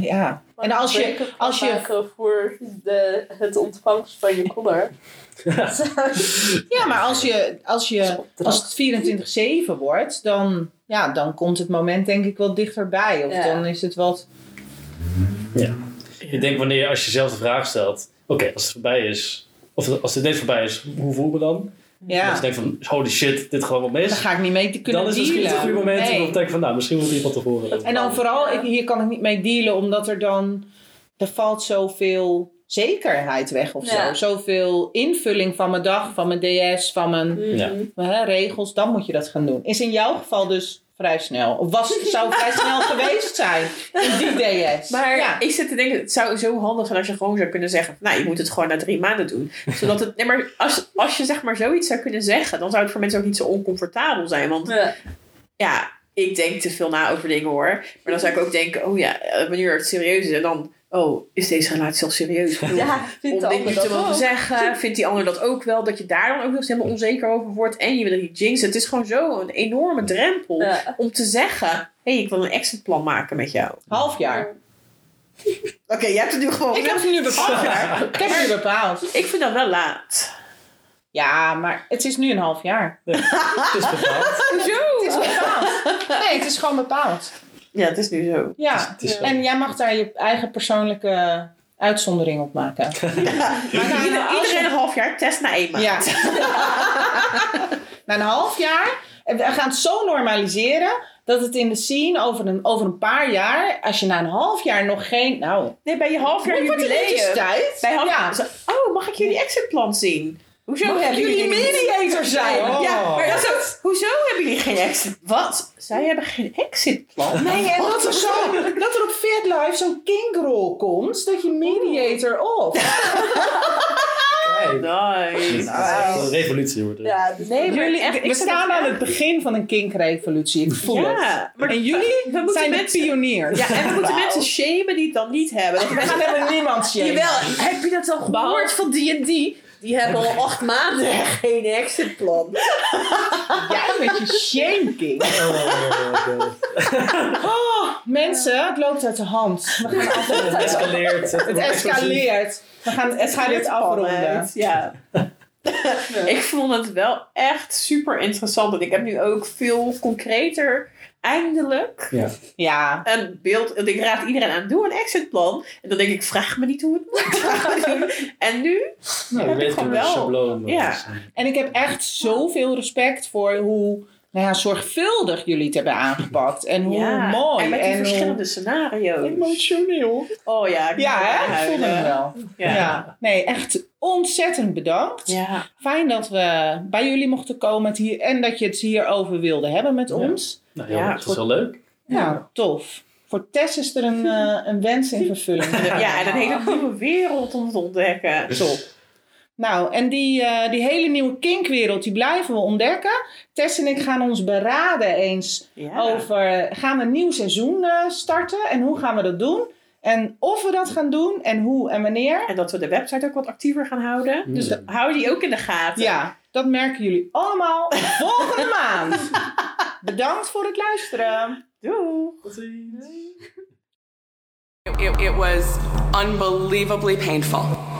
ja.
Maar
En als
een
je,
break-up
als je.
maken voor de, het ontvangst van je collar.
Ja, maar als je. Als, je, als het 24-7 wordt, dan, ja, dan komt het moment denk ik wel dichterbij. Of
Ja.
dan is het wat.
Ik denk wanneer als je zelf de vraag stelt, oké, als het voorbij is, of als dit date voorbij is, hoe voel ik me dan? En
Dus
Als
Ja,
je denkt van, holy shit, dit gewoon wel mis.
daar ga ik niet mee te kunnen
Dus dan is het misschien
dealen.
het goede moment
Nee.
om te denken van, nou, misschien moet iemand tevoren.
En dan vooral, ik, hier kan ik niet mee dealen, omdat er dan. Er valt zoveel zekerheid weg of zo.
Ja.
Zoveel invulling van mijn dag, van mijn DS, van mijn.
Ja.
hè, regels, dan moet je dat gaan doen. Is in jouw geval dus vrij snel. Of was, zou vrij snel geweest zijn in die DS.
Maar
ja.
ik zit te denken, het zou zo handig zijn als je gewoon zou kunnen zeggen, nou, je moet het gewoon na drie maanden doen. Zodat het, nee, maar als, als je zeg maar zoiets zou kunnen zeggen, dan zou het voor mensen ook niet zo oncomfortabel zijn. Want
Ja.
ja, ik denk te veel na over dingen hoor. Maar dan zou ik ook denken, oh ja, eh, wanneer het serieus is en dan, oh, is deze relatie al serieus genoeg?
Ja,
Om
vindt de
dit
ander
niet te
dat
mogen
ook.
zeggen, vindt die ander dat ook wel, dat je daar dan ook nog eens helemaal onzeker over wordt en je wil er niet jinxen. Het is gewoon zo'n enorme drempel
Ja.
om te zeggen, hé, hey, ik wil een exitplan maken met jou.
half jaar.
Oké, jij hebt het nu gewoon.
Ik heb het nu bepaald. Ik heb het nu bepaald.
Ik vind dat wel laat.
Ja, maar het is nu een half jaar.
Het is bepaald.
Het is bepaald. Nee, het is gewoon bepaald.
Ja, het is nu zo.
Ja. eh,
is wel-
En jij mag daar je eigen persoonlijke uitzondering op maken. Maar nou, na
Ieder-
een-
iedereen een half jaar test na één maand.
Ja. Na een half jaar. en We gaan het zo normaliseren dat het in de scene over een, over een paar jaar, als je na een half jaar nog geen. Nou,
Nee, bij je half jaar
ik word een
jubileum.
tijd.
Bij half
ja.
zo- Oh, mag ik jullie exitplan zien? Hoezo
Mag
hebben jullie geen-
mediator zijn?
Ja, maar dat is ook- hoezo hebben jullie geen exit? Wat? Zij hebben geen exitplan?
Nee, en dat er, zo, dat er op Fit Life zo'n kinkrol komt, dat je mediator op.
Hey, dit is
Oh, Nice.
echt een revolutie wordt dit.
Ja, dus
Nee, maar
Jullie,
echt,
we
ik vind
staan
het
aan
echt-
het begin van een kinkrevolutie. Ik voel
Ja,
het. En jullie
we moeten
zijn
mensen-
de pioniers.
Ja, en we moeten mensen shamen die het dan niet hebben. Dat
We
mensen
hebben niemand shamen.
Jawel, heb je dat al gehoord van D&D? Die hebben al acht maanden geen exitplan.
Jij bent je shame king.
Oh, God.
Oh, mensen, het loopt uit de hand. We gaan af-
Het escaleert.
het escaleert. We gaan, het gaat dit afronden.
Spannend, Ja. ik vond het wel echt super interessant. En ik heb nu ook veel concreter, eindelijk,
Ja.
Ja,
een beeld. Want ik raad iedereen aan, doe een exitplan. En dan denk ik, vraag me niet hoe het moet. Vraag me niet hoe- en nu?
Nou, je
ik
weet
gewoon
hoe de
wel.
schabloon eh,
Ja.
is.
En ik heb echt zoveel respect voor hoe nou ja, zorgvuldig jullie het hebben aangepakt. En hoe mooi.
En met die
hoe-
verschillende scenario's.
Emotioneel.
Oh ja, ik
Ja,
moet
hè?
bijna
Ik voel hem
huilen.
wel. Ja. Nee, echt ontzettend bedankt.
Ja.
Fijn dat we bij jullie mochten komen het hier, en dat je het hierover wilde hebben met
Ja.
ons.
Nou ja,
Ja,
dat is wel leuk.
Nou, tof. Voor Tess is er een, eh, een wens in vervulling.
ja, en een hele nieuwe wereld om te ontdekken.
Top. Nou, en die, eh, die hele nieuwe kinkwereld, die blijven we ontdekken. Tess en ik gaan ons beraden eens
Ja.
over gaan we een nieuw seizoen eh, starten en hoe gaan we dat doen? En of we dat gaan doen en hoe en wanneer.
En dat we de website ook wat actiever gaan houden. Dus
Hmm.
hou die ook in de gaten.
Ja, dat merken jullie allemaal volgende maand. Bedankt voor het luisteren.
Doei!
It, it was unbelievably painful.